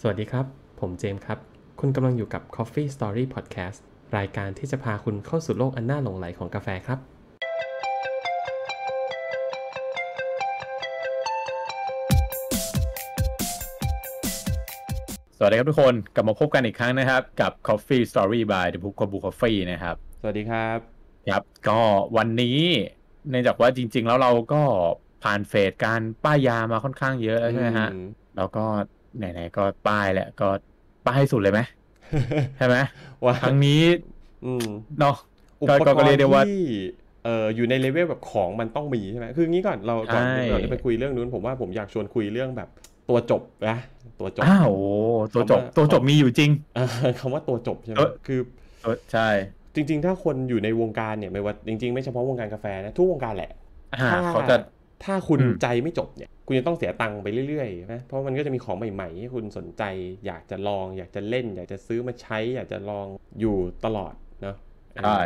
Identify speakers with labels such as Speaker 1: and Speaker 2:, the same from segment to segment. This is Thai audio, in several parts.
Speaker 1: สวัสดีครับ ผมเจมส์ครับ คุณกำลังอยู่กับ Coffee Story Podcast รายการที่จะพาคุณเข้าสู่โลกอันน่าหลงไหลของกาแฟครับ
Speaker 2: สวัสดีครับทุกคนกลับมาพบกันอีกครั้งนะครับ กับ Coffee Story by The Book k o b u Coffee นะครับ
Speaker 1: สวัสดีครับ
Speaker 2: ครับ ก็วันนี้เนื่องจากว่าจริง ๆ แล้วเราก็ผ่านเฟสการป้ายยามาค่อนข้างเยอะแล้วใช่ไหมฮะ
Speaker 1: อืม
Speaker 2: แล้วก็ไหนๆก็ป้ายแหละก็ป้ายให้สุดเลยไหมใช่ไหม
Speaker 1: ว่า
Speaker 2: ครั้งนี้
Speaker 1: อืม
Speaker 2: เนาะ
Speaker 1: อุ
Speaker 2: ก็
Speaker 1: ปกร
Speaker 2: ก็
Speaker 1: ณ์
Speaker 2: ก็เรียกได้ว่า
Speaker 1: ที่เอ่ออยู่ในเลเวลแบบของมันต้องมีใช่ไหมคืองี้ก่อนเราก่อน
Speaker 2: ใช่
Speaker 1: เราจะไปคุยเรื่องนู้นผมว่าผมอยากชวนคุยเรื่องแบบตัวจบนะตัวจบ
Speaker 2: อ้าวโอ้ตัวจบ
Speaker 1: คำว่า
Speaker 2: ตัวจบมีอยู่จริง
Speaker 1: เออ คำว่าตัวจบใช่ไหม
Speaker 2: เออ
Speaker 1: คือ
Speaker 2: เออใช่
Speaker 1: จริง ๆ ถ้าคนอยู่ในวงการเนี่ยไม่ว่าจริง ๆ ไม่เฉพาะวงการกาแฟนะทุกวงการแหละ
Speaker 2: อ่า
Speaker 1: ถ้า
Speaker 2: เขาจะ
Speaker 1: ถ้าคุณ
Speaker 2: อืม
Speaker 1: ใจไม่จบเนี่ย คุณจะต้องเสียตังค์ไปเรื่อยๆนะเพราะมันก็จะมีของใหม่ๆที่คุณสนใจ อยากจะลอง อยากจะเล่น อยากจะซื้อมาใช้ อยากจะลองอยู่ตลอดเนาะ
Speaker 2: ใช่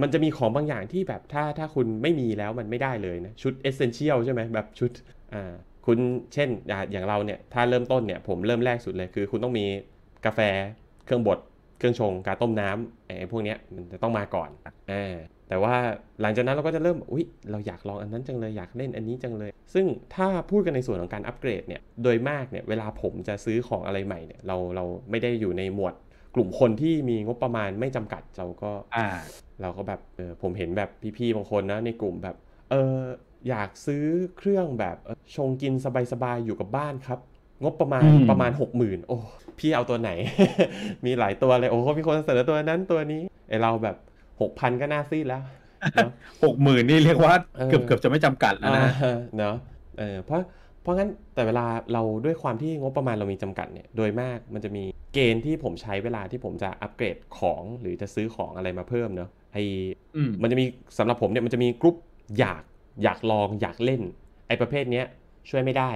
Speaker 1: มันจะมีของบางอย่างที่แบบถ้าถ้าคุณไม่มีแล้วมันไม่ได้เลยนะชุดเอเซนเชียลใช่ไหมแบบชุดอ่าคุณเช่นอ่าอย่างเราเนี่ยถ้าเริ่มต้นเนี่ยผมเริ่มแรกสุดเลยคือ คุณต้องมีกาแฟ เครื่องบดเครื่องชงกาต้มน้ำไอ้พวกเนี้ยมันจะต้องมาก่อนอ่าแต่ว่าหลังจากนั้นเราก็จะเริ่มอุ้ยเราอยากลองอันนั้นจังเลยอยากเล่นอันนี้จังเลย ซึ่งถ้าพูดกันในส่วนของการอัปเกรดเนี่ยโดยมากเนี่ยเวลาผมจะซื้อของอะไรใหม่เนี่ยเราเราไม่ได้อยู่ในหมวดกลุ่มคนที่มีงบประมาณไม่จำกัดเราก็
Speaker 2: อ่า
Speaker 1: เราก็แบบเออผมเห็นแบบพี่ๆบางคนนะในกลุ่มแบบเอออยากซื้อเครื่องแบบเอ่อชงกินสบายๆอยู่กับบ้านครับ งบประมาณ
Speaker 2: อืม
Speaker 1: ประมาณ 6 0,000 โอ้พี่เอาตัวไหน มีหลายตัวเลย โอ้มีคนเสนอตัวนั้นตัวนี้ไอเราแบบ 6,000 ก็น่าซีดแล้วเนอะ
Speaker 2: หกหมื่นนี่เรียกว่า
Speaker 1: เออ
Speaker 2: เกือบเกือบจะไม่จำกัด แล้วนะ
Speaker 1: อ่า เนาะเออเพราะเพราะงั้นแต่เวลาเราด้วยความที่งบประมาณเรามีจำกัดเนี่ยโดยมากมันจะมีเกณฑ์ที่ผมใช้เวลาที่ผมจะอัปเกรดของหรือจะซื้อของอะไรมาเพิ่มเนาะไอ
Speaker 2: อืม
Speaker 1: มันจะมีสำหรับผมเนี่ยมันจะมีกรุ๊ปอยากอยากลองอยากเล่น ไอ้ประเภทเนี้ยช่วยไม่ได้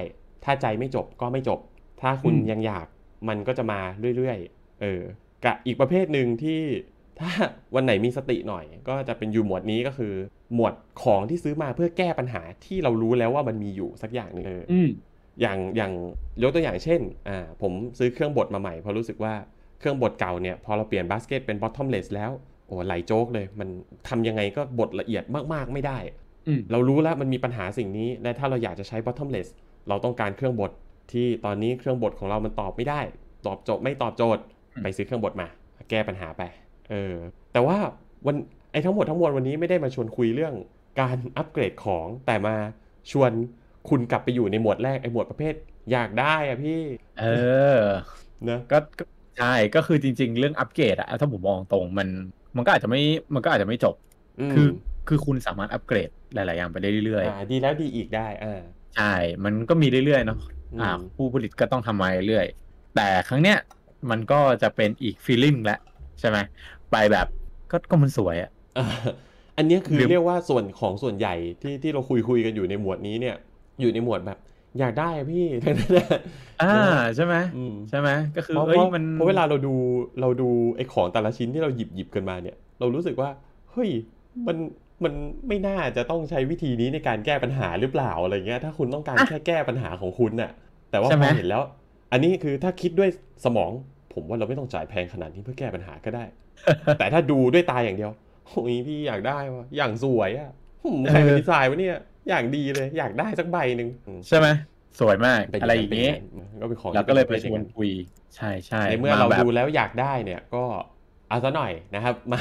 Speaker 1: ถ้าใจไม่จบก็ไม่จบ ถ้าคุณ
Speaker 2: อืม
Speaker 1: ยังอยากมันก็จะมาเรื่อยๆเออกับอีกประเภทหนึ่งที่ถ้าวันไหนมีสติหน่อย ก็จะเป็นอยู่หมวดนี้ก็คือ หมวดของที่ซื้อมาเพื่อแก้ปัญหาที่เรารู้แล้วว่ามันมีอยู่สักอย่างหนึงเออ
Speaker 2: อืม
Speaker 1: อย่างอย่างยกตัวอย่างเช่นอ่าผมซื้อเครื่องบดมาใหม่เพราะรู้สึกว่าเครื่องบดเก่าเนี่ยพอเราเปลี่ยนบาสเกตเป็น bottomless แล้วโอ้ไหลโจ๊กเลย มันทำยังไงก็บดละเอียดมาก ๆ ไม่ได้
Speaker 2: อืม
Speaker 1: เรารู้แล้วมันมีปัญหาสิ่งนี้และถ้าเราอยากจะใช้ bottomless เราต้องการเครื่องบดที่ตอนนี้เครื่องบดของเรามันตอบไม่ได้ ตอบโจทย์ไม่ตอบโจทย์
Speaker 2: อืม
Speaker 1: ไปซื้อเครื่องบดมา แก้ปัญหาไปเออแต่ว่าวันไอ้ทั้งหมดทั้งมวลวันนี้ไม่ได้มาชวนคุยเรื่องการอัปเกรดของแต่มาชวนคุณกลับไปอยู่ในหมวดแรกไอ้หมวดประเภท อยากได้อะพี่
Speaker 2: เออ
Speaker 1: นะ
Speaker 2: ก็ก็ใช่ก็คือจริง ๆ เรื่องอัปเกรดอะถ้าผมมองตรงมันมันก็อาจจะไม่มันก็อาจจะไม่จบ คือคือคุณสามารถอัปเกรดหลาย ๆ อย่างไปได้เรื่อย
Speaker 1: อ่าดีแล้วดีอีกได้อ่า
Speaker 2: ๆใช่ มันก็มีเรื่อยๆเนาะ
Speaker 1: อื
Speaker 2: อ่าม ผู้ผลิตก็ต้องทำมาเรื่อยๆแต่ครั้งเนี้ยมันก็จะเป็นอีกฟีลลิ่งละใช่ไหมไปแบบก็ก็มันสวยอะ
Speaker 1: อ่าอันเนี้ยคือ
Speaker 2: หรือ
Speaker 1: เรียกว่าส่วนของส่วนใหญ่ที่ที่เราคุยคุยกันอยู่ในหมวดนี้เนี่ย อยู่ในหมวดแบบ อยากได้อะพี่ ทั้งนั้นนะ
Speaker 2: อ่าใช่ไหม
Speaker 1: อืม
Speaker 2: ใช่ไหมก็คือ
Speaker 1: เพราะเพ
Speaker 2: เอ้ย
Speaker 1: ราะ
Speaker 2: มัน
Speaker 1: เพราะเวลาเราดูเราดูไอ้ของแต่ละชิ้นที่เราหยิบหยิบกันมาเนี่ย เรารู้สึกว่าเฮ้ยมันมันไม่น่าจะต้องใช้วิธีนี้ในการแก้ปัญหาหรือเปล่าอะไรเงี้ย ถ้าคุณต้องการแค่แก้ปัญหาของคุณน่ะ แต่ว่าพ
Speaker 2: ใช่ไหม
Speaker 1: อเห็นแล้ว อันนี้คือถ้าคิดด้วยสมอง ผมว่าเราไม่ต้องจ่ายแพงขนาดนี้เพื่อแก้ปัญหาก็ได้ แต่ถ้าดูด้วยตาอย่างเดียวโอ้ยพี่อยากได้วะอย่างสวยอะหึ่มใครเป็น
Speaker 2: เออ
Speaker 1: ดีไซน์วะเนี่ย อย่างดีเลย อยากได้สักใบหนึ่งอืม
Speaker 2: ใช่ไหมสวยมาก
Speaker 1: เป็น
Speaker 2: อะไรอย่าง
Speaker 1: นี้
Speaker 2: นี้
Speaker 1: นเป็นนั้นก็เป็นของ
Speaker 2: เราก็เลยไปช
Speaker 1: ที่
Speaker 2: วน
Speaker 1: น
Speaker 2: คุยใช่ใช่
Speaker 1: ในเมื่อเรา
Speaker 2: แบบ
Speaker 1: ดูแล้วอยากได้เนี่ยก็เอาซะหน่อยนะครับ มา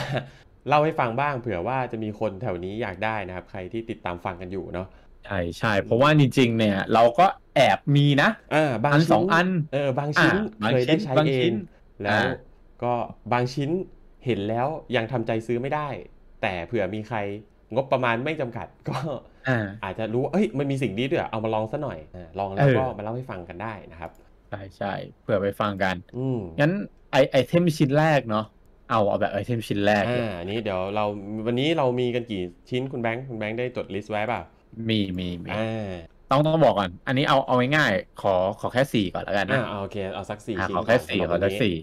Speaker 1: เล่าให้ฟังบ้างเผื่อว่าจะมีคนแถวนี้อยากได้นะครับ ใครที่ติดตามฟังกันอยู่เนาะ
Speaker 2: ใช่ใช่เพราะว่าจริงๆเนี่ย เราก็แอบมีนะ
Speaker 1: อ่าบาง
Speaker 2: อัน
Speaker 1: ชิ้
Speaker 2: สองอัน
Speaker 1: เออบางชิ้น
Speaker 2: อ่าบาง
Speaker 1: เคยได้
Speaker 2: ชิ้น
Speaker 1: ใช้
Speaker 2: บาง
Speaker 1: เอ
Speaker 2: ชิ้
Speaker 1: ง
Speaker 2: น
Speaker 1: แล้ว
Speaker 2: อ่า
Speaker 1: ก็บางชิ้นเห็นแล้วยังทำใจซื้อไม่ได้ แต่เผื่อมีใครงบประมาณไม่จำกัด ก็
Speaker 2: อ่า
Speaker 1: อาจจะรู้ว่าเอ้ย มันมีสิ่งนี้ด้วย เอามาลองซะหน่อยอาลองแล้ว
Speaker 2: เออ
Speaker 1: ก็มาเล่าให้ฟังกันได้นะครับ
Speaker 2: ใช่ใช่เผื่อไปฟังกัน
Speaker 1: อืม
Speaker 2: งั้นไอไอเทมชิ้นแรกเนาะเอาเอาแบบไอเทมชิ้นแรกเลย
Speaker 1: อ่าอันนี้เดี๋ยวเรา วันนี้เรามีกันกี่ชิ้นคุณแบงค์ คุณแบงค์ได้จดลิสต์ไว้เปล่า
Speaker 2: มีมีมี
Speaker 1: อ่า
Speaker 2: ต้องต้องบอกก่อน อันนี้เอาเอาง่ายๆขอขอแค่สี่ก่อนแล้วกัน
Speaker 1: อ่า
Speaker 2: นะ
Speaker 1: เอาโอเค เอาสักสี่
Speaker 2: อ่ะ
Speaker 1: ชิ้น
Speaker 2: ขอแค่
Speaker 1: ก่น
Speaker 2: สี่
Speaker 1: สำหรับ
Speaker 2: ขอ
Speaker 1: วั
Speaker 2: แค่
Speaker 1: นนี้
Speaker 2: สี่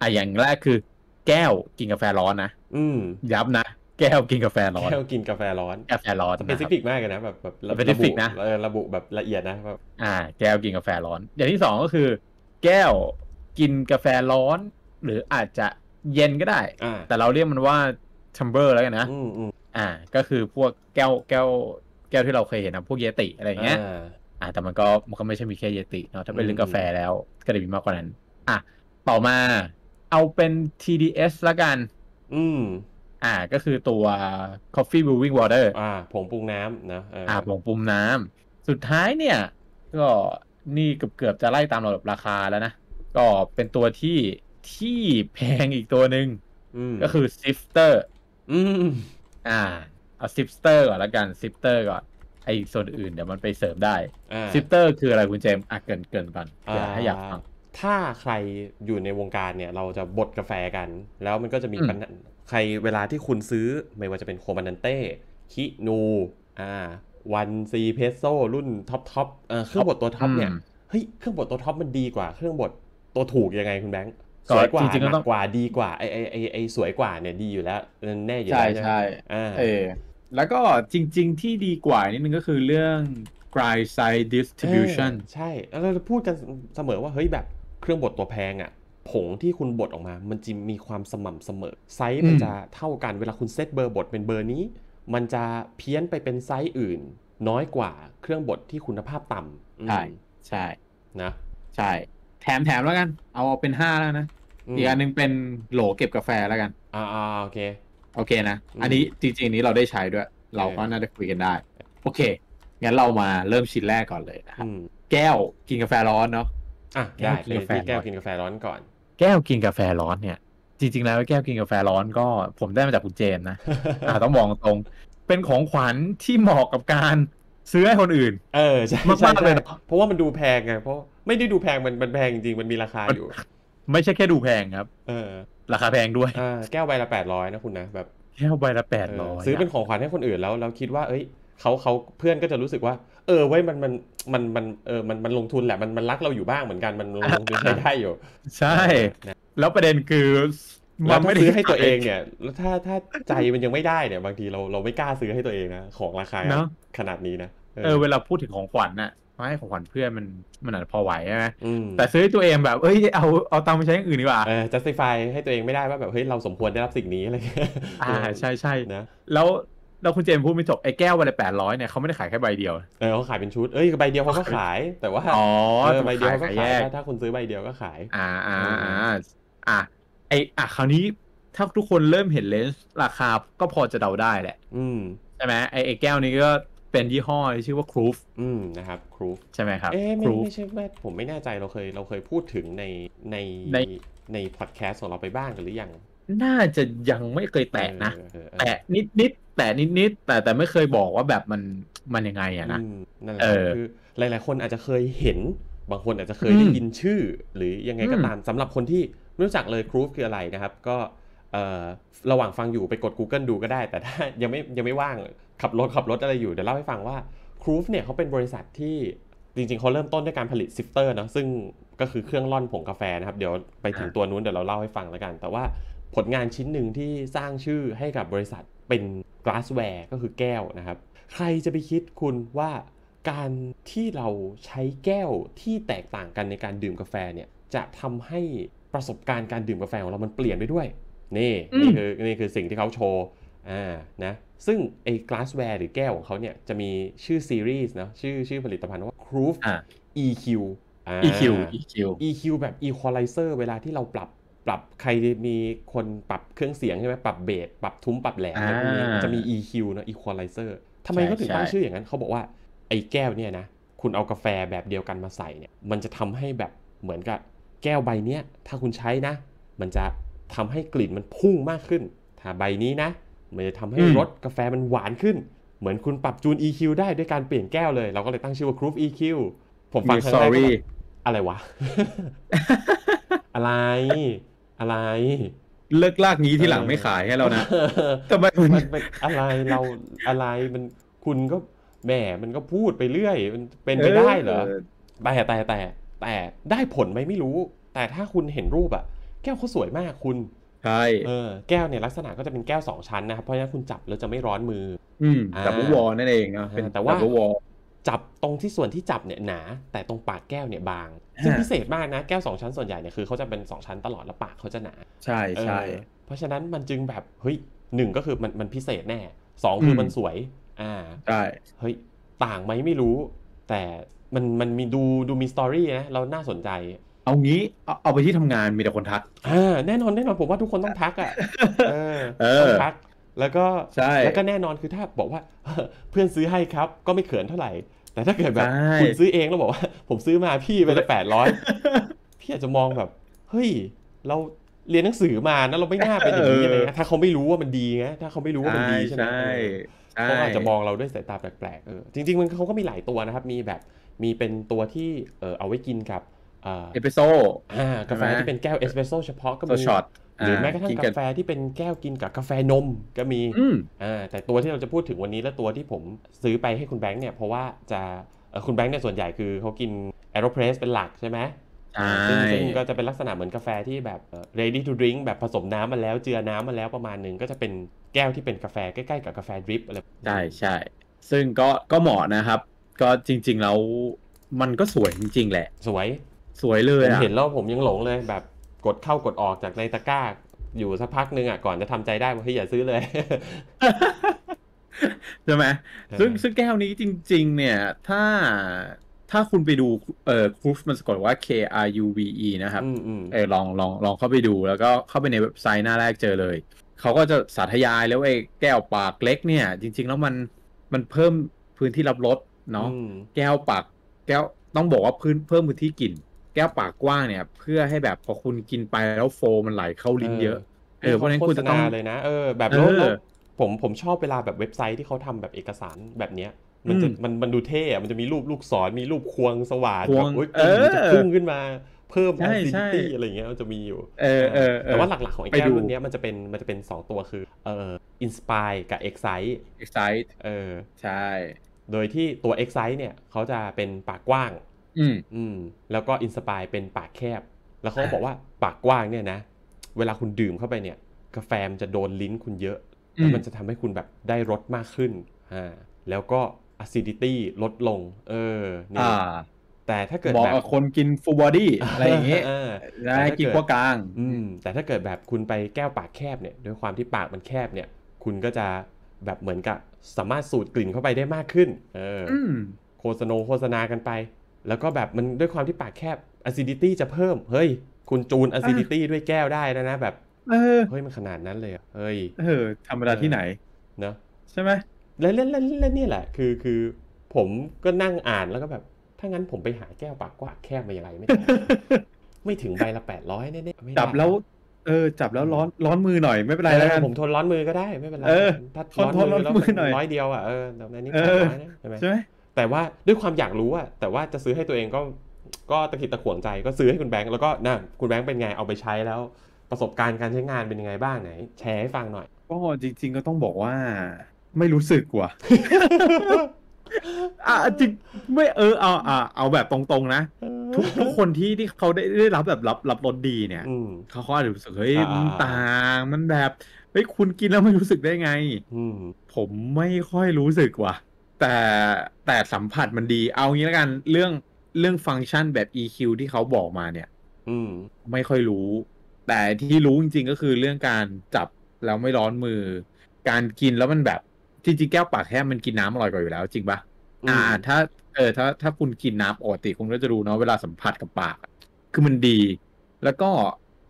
Speaker 2: อ่ะอย่างแรกคือแก้วกินกาแฟร้อนนะ
Speaker 1: อืม
Speaker 2: ย้ำนะแก้วกินกาแฟร้อน
Speaker 1: แค่กินกาแฟร้อน
Speaker 2: กาแฟร้อน
Speaker 1: ส
Speaker 2: นะค
Speaker 1: เป
Speaker 2: รับ
Speaker 1: ซิฟิกมากเลยนะ แบบแบบระบุ
Speaker 2: specific นะ
Speaker 1: เออระบุแบบละเอียดนะแบบ
Speaker 2: อ่าแก้วกินกาแฟร้อน อย่างที่สองก็คือ แก้ว กินกาแฟร้อน หรืออาจจะเย็นก็ได้
Speaker 1: อ่า
Speaker 2: แต่เราเรียกมันว่าชัมเบอร์แล้วกันนะ
Speaker 1: อืมอืม
Speaker 2: อ่า ก็คือพวกแก้วแก้วแก้วที่เราเคยเห็นนะพวกเยติอะไรอย่างเงี้ย
Speaker 1: อ่า
Speaker 2: อ่าแต่มันก็มันก็ไม่ใช่มีแค่เยติเนาะถ้าเป็นเรื่อง
Speaker 1: อืม
Speaker 2: กาแฟแล้วก็จะมีมากกว่านั้น อ่ะต่อมาเอาเป็น TDS ละกัน
Speaker 1: อืม
Speaker 2: อ่าก็คือตัว Coffee Brewing Water
Speaker 1: อ่าผงปรุงน้ำนะเ
Speaker 2: อ่าผงปรุงน้ำสุดท้ายเนี่ย ก็นี่เกือบเกือบๆจะไล่ตามระดับราคาแล้วนะ ก็เป็นตัวที่ที่แพงอีกตัวหนึ่ง
Speaker 1: อืม
Speaker 2: ก็คือ Sifter
Speaker 1: อืม
Speaker 2: อ่าเอา Sifter ก่อนละกัน Sifter ก่อนไอส่วนอื่นเดี๋ยวมันไปเสริมได้
Speaker 1: อ่า
Speaker 2: ซิปเตอร์คืออะไรคุณเจมส์อ่ะเกรินเกรินก่อนเผื่อให้อยากฟัง
Speaker 1: ถ้าใครอยู่ในวงการเนี่ย เราจะบดกาแฟกัน แล้วมันก็จะมี
Speaker 2: อืม
Speaker 1: ปัญหาใครเวลาที่คุณซื้อไม่ว่าจะเป็นโคมันดันเต้คินูอ่าวันซีเพสโซรุ่นท็อปท็อปเอ่อเครื่องบดตัวท็อปเนี่ย
Speaker 2: อืม
Speaker 1: เฮ้ยเครื่องบดตัวท็อปมันดีกว่า เครื่องบดตัวถูกยังไงคุณแบงค์
Speaker 2: ก็
Speaker 1: สวยกว่า
Speaker 2: จริงๆก็
Speaker 1: ห
Speaker 2: ต้
Speaker 1: นั
Speaker 2: อง
Speaker 1: กกว่าดีกว่าไอไอไอไอสวยกว่าเนี่ยดีอยู่แล้วแน่อยู่
Speaker 2: ใช่
Speaker 1: แล้วไหม
Speaker 2: ใช่
Speaker 1: อ่า
Speaker 2: เออแล้วก็จริง ๆ ที่ดีกว่านิดนึงก็คือเรื่อง Grind Side Distribution
Speaker 1: เออใช่แล้วเราจะพูดกันเสมอว่าเฮ้ยแบบเครื่องบดตัวแพงอะ่ะ ผงที่คุณบดออกมา มันจะมีความสม่ำเสมอ ไซส์มัน
Speaker 2: อืม
Speaker 1: จะเท่ากันเวลาคุณเซตเบอร์บดเป็นเบอร์นี้ มันจะเพี้ยนไปเป็นไซส์อื่น น้อยกว่าเครื่องบดที่คุณภาพต่ำอืม
Speaker 2: ใช่ใช่
Speaker 1: นะ
Speaker 2: ใช่ แถมแถมแล้วกัน เอาเป็นห้าแล้วนะ
Speaker 1: ม
Speaker 2: อีกอันหนึงเป็นโหลเก็บกาแฟแล้วกัน
Speaker 1: อ่าอ่าโอเค
Speaker 2: โอเคนะ
Speaker 1: อืม
Speaker 2: อันนี้จริง ๆ นี้เราได้ใช้ด้วย เราก็
Speaker 1: เออ
Speaker 2: น่าจะคุยกันได้ โอเค งั้นเรามาเริ่มชิ้นแรกก่อนเลยนะครับ
Speaker 1: อืม
Speaker 2: แก้วกินกาแฟร้อนเนาะ
Speaker 1: อ่ะได้
Speaker 2: แก้
Speaker 1: เล
Speaker 2: วย กินกา
Speaker 1: ที่
Speaker 2: แฟ
Speaker 1: แก้วกินกาแฟร้อนก่อน
Speaker 2: แก้วกินกาแฟร้อนเนี่ย จริง ๆ แล้วแก้วกินกาแฟร้อนก็ผมได้มาจากคุณเจมส์นะ อ่าต้องมองตรงเป็นของขวัญที่เหมาะกับการซื้อให้คนอื่น
Speaker 1: เออใช่
Speaker 2: มากๆ
Speaker 1: ใช่ใช่
Speaker 2: เลยเนอะ
Speaker 1: เพราะว่ามันดูแพงไงเพราะไม่ได้ดูแพงมันมันแพงจริงๆมันมีราคาอยู่
Speaker 2: ไม่ใช่แค่ดูแพงครับ
Speaker 1: เออ
Speaker 2: ราคาแพงด้วย
Speaker 1: อ่าแก้วใบละแปดร้อยนะคุณนะแบบ
Speaker 2: แค่ใบละแปด
Speaker 1: เอ
Speaker 2: ร้
Speaker 1: อ
Speaker 2: อย
Speaker 1: ซื้อเป็นของขวัญให้คนอื่นแล้วเราคิดว่า เอ้ยเขาเขาเพื่อนก็จะรู้สึกว่า เออไว้ยมันมันมันมันเออมันมันลงทุนแหละมันมันรักเราอยู่บ้างเหมือนกันมันมันลงทุนใช้ได้อยู่
Speaker 2: ใช่
Speaker 1: นะ
Speaker 2: แล้วประเด็นคือ
Speaker 1: แล้วถ้า
Speaker 2: ด้
Speaker 1: ซื้อให้ตัวเองเนี่ยแล้วถ้าถ้าใจมันยังไม่ได้เนี่ย บางทีเราเราไม่กล้าซื้อให้ตัวเองนะของราคา
Speaker 2: เนาะ
Speaker 1: ขนาดนี้นะ
Speaker 2: เออเวลาพูดถึงของขวัญน่ะมาให้ของขวัญเพื่อนมันมันอาจจะพอไหวใช่ไหม
Speaker 1: ม
Speaker 2: แต่ซื้อให้ตัวเองแบบเอ้ยเอาเอาตังค์ไปใช้อย่างอื่นดีกว่า
Speaker 1: เออ justify ให้ตัวเองไม่ได้ว่าแบบเฮ้ยเราสมควรได้รับสิ่งนี้อะไรเงี้ย
Speaker 2: อ่าใช่ใช่
Speaker 1: นะ
Speaker 2: แล้วแล้วคุณเจมส์พูดไม่จบไอ้แก้วใบละแปดร้อยเนี่ยเขาไม่ได้ขายแค่ใบเดียว
Speaker 1: เออเขาขายเป็นชุดเอ้ยใบเดียวเขาก็ขาย แต่ว่า
Speaker 2: อ๋อ
Speaker 1: เออใบเดียวเขาก็
Speaker 2: ขาย
Speaker 1: ขา
Speaker 2: แย
Speaker 1: ย
Speaker 2: ก
Speaker 1: ถ้าถ้าคุณซื้อใบเดียวก็ขาย
Speaker 2: อ่าอ่า
Speaker 1: อืม
Speaker 2: อ่าอ่ะไออ่ะคราวนี้ถ้าทุกคนเริ่มเห็นเลนส์ราคาก็พอจะเดาได้แหละ
Speaker 1: อืม
Speaker 2: ใช่ไหมไอไอแก้วนี้ก็เป็นยี่ห้อที่ชื่อว่าครูฟ
Speaker 1: อืมนะครับครู
Speaker 2: ใช่ไหมครับ
Speaker 1: เอ๊ะ
Speaker 2: ค
Speaker 1: ไม่
Speaker 2: รูฟ
Speaker 1: ไม่ใช่ไม่ผมไม่แน่ใจเราเคยเราเคยพูดถึงในใน
Speaker 2: ใน
Speaker 1: ในพอดแคสต์ของเราไปบ้างกันหรือยัง
Speaker 2: น่าจะยังไม่เคยแตะนะ
Speaker 1: เออเออเออ
Speaker 2: แตะนิดนิดๆแตะนิดนิดๆแต่แต่ไม่เคยบอกว่าแบบมันมันยังไงอะนะ
Speaker 1: อืมนั่นแห
Speaker 2: เอ
Speaker 1: ละ
Speaker 2: อ
Speaker 1: คือหลาย ๆ คนอาจจะเคยเห็น บางคนอาจจะเคยได้ยินชื่อ หรือยังไงก็
Speaker 2: อืม
Speaker 1: ตามสำหรับคนที่ไม่รู้จักเลยครูฟคืออะไรนะครับ ก็เอ่อระหว่างฟังอยู่ไปกด Google ดูก็ได้ แต่ถ้า ยังไม่ยังไม่ว่างขับรถขับรถอะไรอยู่เดี๋ยวเล่าให้ฟังว่าครูฟเนี่ยเขาเป็นบริษัทที่จริง ๆเขาเริ่มต้นด้วยการผลิตซิฟเตอร์เนาะซึ่งก็คือเครื่องร่อนผงกาแฟนะครับ เดี๋ยวไปถึงตัวนู้นเดี๋ยวเราเล่าให้ฟังแล้วกัน แต่ว่าผลงานชิ้นหนึ่งที่สร้างชื่อให้กับบริษัทเป็น glassware ก็คือแก้วนะครับ ใครจะไปคิดคุณว่าการที่เราใช้แก้วที่แตกต่างกันในการดื่มกาแฟเนี่ยจะทำให้ประสบการณ์การดื่มกาแฟของเรามันเปลี่ยนไปด้วย นี่
Speaker 2: อืม
Speaker 1: นี่คือนี่คือสิ่งที่เขาโชว์ อ่านะซึ่งไอ้ glassware หรือแก้วของเขาเนี่ยจะมีชื่อซีรีส์นะชื่อชื่อผลิตภัณฑ์ว่า Groove
Speaker 2: อ่ะ
Speaker 1: EQ อ่า
Speaker 2: EQ EQ
Speaker 1: EQ แบบ equalizer เวลาที่เราปรับปรับใครมีคนปรับเครื่องเสียงใช่ไหมปรับเบสปรับทุ้มปรับแหลมอะไรพวกนี้
Speaker 2: อ่ามั
Speaker 1: มันจะมี EQ เนอะ equalizer ทำไม
Speaker 2: ใช่
Speaker 1: เขาถึงตั้ง
Speaker 2: ใช่
Speaker 1: ชื่ออย่างนั้นเขาบอกว่าไอ้แก้วเนี่ยนะ คุณเอากาแฟแบบเดียวกันมาใส่เนี่ย มันจะทำให้แบบเหมือนกับแก้วใบเนี้ย ถ้าคุณใช้นะ มันจะทำให้กลิ่นมันพุ่งมากขึ้น ถ้าใบนี้นะ มันจะทำให้
Speaker 2: อืม
Speaker 1: รสกาแฟมันหวานขึ้น เหมือนคุณปรับจูน EQ ได้ด้วยการเปลี่ยนแก้วเลย เราก็เลยตั้งชื่อว่า Groove EQ ผมฟังครั้งแรกก็แบบ อะไรวะ อะไร อะไร
Speaker 2: เลิกลากนี้ที่หลังไม่ขายให้เรานะ
Speaker 1: เออ
Speaker 2: ทำไม
Speaker 1: มั
Speaker 2: มัน น
Speaker 1: เป็นอะไรเราอะไรมันคุณก็แหมมันก็พูดไปเรื่อย มันเป็นไปได้เหรอ แต่แต่แต่แต่ได้ผลไหมไม่รู้ แต่ถ้าคุณเห็นรูปอะแก้วเขาสวยมากคุณ
Speaker 2: ใช่
Speaker 1: เออ แก้วเนี่ยลักษณะก็จะเป็นแก้วสองชั้นนะครับ เพราะฉะนั้นคุณจับแล้วจะไม่ร้อนมือ
Speaker 2: อืม
Speaker 1: อ่า
Speaker 2: ดับเบิลวอลนั่นเองเนาะเป็น
Speaker 1: แต่ว่า
Speaker 2: ดับเบิลวอล
Speaker 1: จับตรงที่ส่วนที่จับเนี่ยหนา แต่ตรงปากแก้วเนี่ยบาง ซึ่งพิเศษมากนะ แก้วสองชั้นส่วนใหญ่เนี่ยคือเขาจะเป็นสองชั้นตลอดแล้วปากเขาจะหนา
Speaker 2: ใช่ใช่
Speaker 1: เออเพราะฉะนั้นมันจึงแบบเฮ้ยหนึ่งก็คือมันมันพิเศษแน่สองคืออ
Speaker 2: ม
Speaker 1: มันสวย อ่า
Speaker 2: ใช่
Speaker 1: เฮ้ยต่างไหมไม่รู้ แต่มันมันมีดูดูมีสตอรี่นะเราน่าสนใจ
Speaker 2: เอางี้เอาเอาไปที่ทำงานมีแต่คนทัก
Speaker 1: อ่าแน่นอนแน่นอนผมว่าทุกคนต้องทักอ่ะเออ
Speaker 2: เออ
Speaker 1: ต้องทัก แล้วก็
Speaker 2: ใช่
Speaker 1: แล้วก็แน่นอนคือถ้าบอกว่า เพื่อนซื้อให้ครับ ก็ไม่เขินเท่าไหร่ แต่ถ้าเกิดแบบ
Speaker 2: ใช่
Speaker 1: คุณซื้อเองแล้วบอกว่า ผมซื้อมาพี่ไปละแปดร้อยพี่อาจจะมองแบบเฮ้ยเราเรียนหนังสือมานะเราไม่น่าเป็นอย่างนี้อะไรเงี้ยถ้าเขาไม่รู้ว่ามันดีไงถ้าเขาไม่รู้ว่ามันดีใช่ไหม
Speaker 2: ใช่ใช่
Speaker 1: เขาอาจจะมองเราด้วยสายตาแปลกๆ เออ จริงๆ มันเขาก็มีหลายตัวนะครับ มีแบบ มีเป็นตัวที่ เออเอาไว้กินกับเอ่อ
Speaker 2: เอสเปรสโซ
Speaker 1: อ่ากาแฟ
Speaker 2: ใช่ไหม
Speaker 1: ที่เป็นแก้วเอสเปรสโซ่เฉพาะก็
Speaker 2: โซ
Speaker 1: มี
Speaker 2: ช็อต
Speaker 1: หรือแม้กระทั่ง
Speaker 2: น
Speaker 1: กาแฟที่เป็นแก้วกินกับกาแฟนมก็มี
Speaker 2: อืม
Speaker 1: อ่า แต่ตัวที่เราจะพูดถึงวันนี้และตัวที่ผมซื้อไปให้คุณแบงค์เนี่ย เพราะว่าจะเอ่อคุณแบงค์เนี่ยส่วนใหญ่คือเขากิน Aeropress เป็นหลักใช่ไหม
Speaker 2: ใช่
Speaker 1: ซึ่งซึ่งก็จะเป็นลักษณะเหมือนกาแฟที่แบบเอ่อ ready to drink แบบผสมน้ำมาแล้วเจือน้ำมาแล้วประมาณหนึ่งก็จะเป็นแก้วที่เป็นกาแฟใกล้ๆกับกาแฟดริปอะไร
Speaker 2: ใช่ใช่ ซึ่งก็ก็เหมาะนะครับ ก็จริง ๆ แล้วมันก็สวยจริง ๆ แหละ
Speaker 1: สวย
Speaker 2: สวยเล
Speaker 1: ผ
Speaker 2: ย
Speaker 1: ม
Speaker 2: อะ
Speaker 1: เห็นแล้วผมยังหลงเลยแบบกดเข้ากดออกจากในตะกร้า อยู่สักพักหนึงอ่ะก่อนจะทำใจได้ว่าเฮ้ยอย่าซื้อเลย
Speaker 2: ใช่ไหม
Speaker 1: ใช่
Speaker 2: ซึ่งซึ่งแก้วนี้จริง ๆ เนี่ย ถ้าถ้าคุณไปดูเอ่อครูฟมันสะกดว่า K R U V E นะครับ
Speaker 1: อืมอืม
Speaker 2: เออลองลองลองเข้าไปดูแล้วก็เข้าไปในเว็บไซต์หน้าแรกเจอเลย เขาก็จะสาธยายแล้วาไอ้แก้วปากเล็กเนี่ย จริง ๆ แล้วมันมันเพิ่มพื้นที่รับรสเนาะ
Speaker 1: อืม
Speaker 2: แก้วปากแก้วต้องบอกว่าพื้นเพิ่มพื้นที่กลิ่น แก้วปากกว้างเนี่ย เพื่อให้แบบพอคุณกินไปแล้วโฟมมันไหลเข้าลิ้นเยอะเออเพราะฉะนั้นคุณจะต้อง
Speaker 1: โฆษณาเลยนะเออแบบ
Speaker 2: เออ
Speaker 1: แล้วแล้วผมผมชอบเวลาแบบเว็บไซต์ที่เขาทำแบบเอกสารแบบเนี้ย มันจะ
Speaker 2: อืม
Speaker 1: มันมันดูเท่อะมันจะมีรูปลูกศรมีรูปควงสว่าน
Speaker 2: คว
Speaker 1: แบบ
Speaker 2: ง
Speaker 1: โอ้ย
Speaker 2: เออ
Speaker 1: มันจะพุ่งขึ้นมาเพิ่ม
Speaker 2: ใช่
Speaker 1: acidity
Speaker 2: ใช่
Speaker 1: อะไรเงี้ยมันจะมีอยู่
Speaker 2: เออเออเออ
Speaker 1: แต่ว่าหลักๆของไอ้
Speaker 2: ไป
Speaker 1: แก้
Speaker 2: ดู
Speaker 1: วรุ่นเนี้ยมันจะเป็นมันจะเป็นสองตัวคือเอ่อ inspire กับ excite
Speaker 2: เอ็กไซต์
Speaker 1: เออ
Speaker 2: ใช่
Speaker 1: โดยที่ตัว Excite เนี่ยเขาจะเป็นปากกว้าง
Speaker 2: อืม
Speaker 1: อืม แล้วก็ Inspire เป็นปากแคบ แล้วเขาก็บอกว่าปากกว้างเนี่ยนะ เวลาคุณดื่มเข้าไปเนี่ย กาแฟมันจะโดนลิ้นคุณเยอะ
Speaker 2: อืม
Speaker 1: แล้วมันจะทำให้คุณแบบได้รสมากขึ้น อ่า แล้วก็ acidity ลดลง เออนี่
Speaker 2: อ่า
Speaker 1: แต่ถ้าเกิด
Speaker 2: เหมาะ
Speaker 1: แบบ
Speaker 2: กับคนกินฟูลบอดี้อะไรอย่างเงี้ย
Speaker 1: อ่า
Speaker 2: ได้กินพวกกลาง
Speaker 1: อืมแต่ถ้าเกิดแบบคุณไปแก้วปากแคบเนี่ยด้วยความที่ปากมันแคบเนี่ย คุณก็จะแบบเหมือนกับสามารถสูดกลิ่นเข้าไปได้มากขึ้น เอออ
Speaker 2: อืม
Speaker 1: โฆษณงโฆษณากันไป แล้วก็แบบมันด้วยความที่ปากแคบ acidity จะเพิ่ม เฮ้ย คุณจูน acidity ด้วยแก้วได้นะนะ แบบ
Speaker 2: เออ
Speaker 1: เฮ้ย มันขนาดนั้นเลยเหรอเฮ้ย
Speaker 2: เออธรรมดาที่ไหน
Speaker 1: เนอะ
Speaker 2: ใช่ไหม
Speaker 1: แล้วเล่นเล่นเล่นนี่ยแหละ คือคือผมก็นั่งอ่านแล้วก็แบบ ถ้างั้นผมไปหาแก้วปากกว้างแคบมาอย่างไรไม่ได้ ไม่ถึงใบละแปดร้อยแน่ๆไม่ได้
Speaker 2: จับแล้ว เออ จับแล้วร้อนร้อนมือหน่อยไม่เป็นไรแล้วกัน
Speaker 1: ผมทนร้อนมือก็ได้ไม่เป็นไร
Speaker 2: เออ
Speaker 1: ถ้า
Speaker 2: ทนทนร้อนมือหน่อย
Speaker 1: ร้อยเดียวอ่ะเออแต่อันนี้
Speaker 2: เอ
Speaker 1: แปด
Speaker 2: อ
Speaker 1: ร้อยนะใช่ไหม
Speaker 2: ใช่ไหม
Speaker 1: แต่ว่าด้วยความอยากรู้อะแต่ว่าจะซื้อให้ตัวเองก็ก็ตะขิดตะขวงใจก็ซื้อให้คุณแบงค์แล้วก็นะคุณแบงค์เป็นไงเอาไปใช้แล้ว ประสบการณ์การใช้งานเป็นยังไงบ้างไหน แชร์ให้ฟังหน่อย
Speaker 2: ก็จริง ๆ ก็ต้องบอกว่า ไม่รู้สึกว่ะ อ่ะจริงไม่เออเอาอ่ะเอาแบบตรงๆนะ ทุกทุกคนที่ที่เขาได้ได้รับแบบรับรับรสดีเนี่ย
Speaker 1: อืม
Speaker 2: เขาเขาอาจจะรู้สึกเฮ้ย
Speaker 1: อ่ามั
Speaker 2: มันต่างมันแบบเฮ้ยคุณกินแล้วไม่รู้สึกได้ไง
Speaker 1: อืม
Speaker 2: ผมไม่ค่อยรู้สึกว่ะ แต่แต่สัมผัสมันดี เอางี้แล้วกันเรื่องเรื่องฟังก์ชันแบบ EQ ที่เขาบอกมาเนี่ย
Speaker 1: อืม
Speaker 2: ไม่ค่อยรู้ แต่ที่รู้จริงๆก็คือเรื่องการจับแล้วไม่ร้อนมือ การกินแล้วมันแบบจริงๆแก้วปากแห้งมันกินน้ำอร่อยกว่าอยู่แล้ว จริงปะอ่า ถ้าเออถ้าถ้าคุณกินน้ำปกติคุณก็จะรู้เนาะเวลาสัมผัสกับปากอะคือมันดี แล้วก็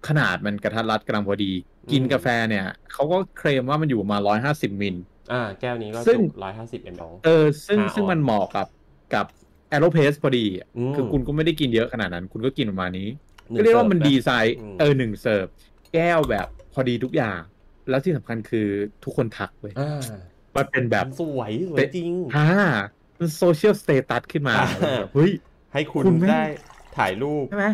Speaker 2: ขนาดมันกระทัดรัดกำลังพอดี กินกาแฟเนี่ยเขาก็เคลมว่ามันอยู่ประมาร้อยห้าสิบมิล
Speaker 1: อ่า แก้วนี้ก็
Speaker 2: ซึ่
Speaker 1: จุ
Speaker 2: ง
Speaker 1: ร้อยห้าสิบ ml
Speaker 2: เออซึ่ง
Speaker 1: อ่า
Speaker 2: ซึ่ง
Speaker 1: อ๋อ
Speaker 2: มันเหมาะกับกับแอโรเพสพอดีอะ
Speaker 1: ม
Speaker 2: คือคุณก็ไม่ได้กินเยอะขนาดนั้น คุณก็กินประมาณนี้
Speaker 1: หง
Speaker 2: ก็เรียกว่ามัน
Speaker 1: สิฟะ
Speaker 2: ดีไซน์
Speaker 1: อืม
Speaker 2: เออหนึ่งเสิร์ฟแก้วแบบพอดีทุกอย่าง แล้วที่สำคัญคือทุกคนทักเว้ย
Speaker 1: อ่า
Speaker 2: มันเป็นแบบ
Speaker 1: สวยสวย
Speaker 2: เป๊ะ
Speaker 1: จริง
Speaker 2: อ่ามันโซเชียลสเตตัสขึ้นมา
Speaker 1: อ่า
Speaker 2: แบบเฮ้ย
Speaker 1: ให้คุณ
Speaker 2: คุณแม่ง
Speaker 1: ได้ถ่ายรูป
Speaker 2: ใช่ไหม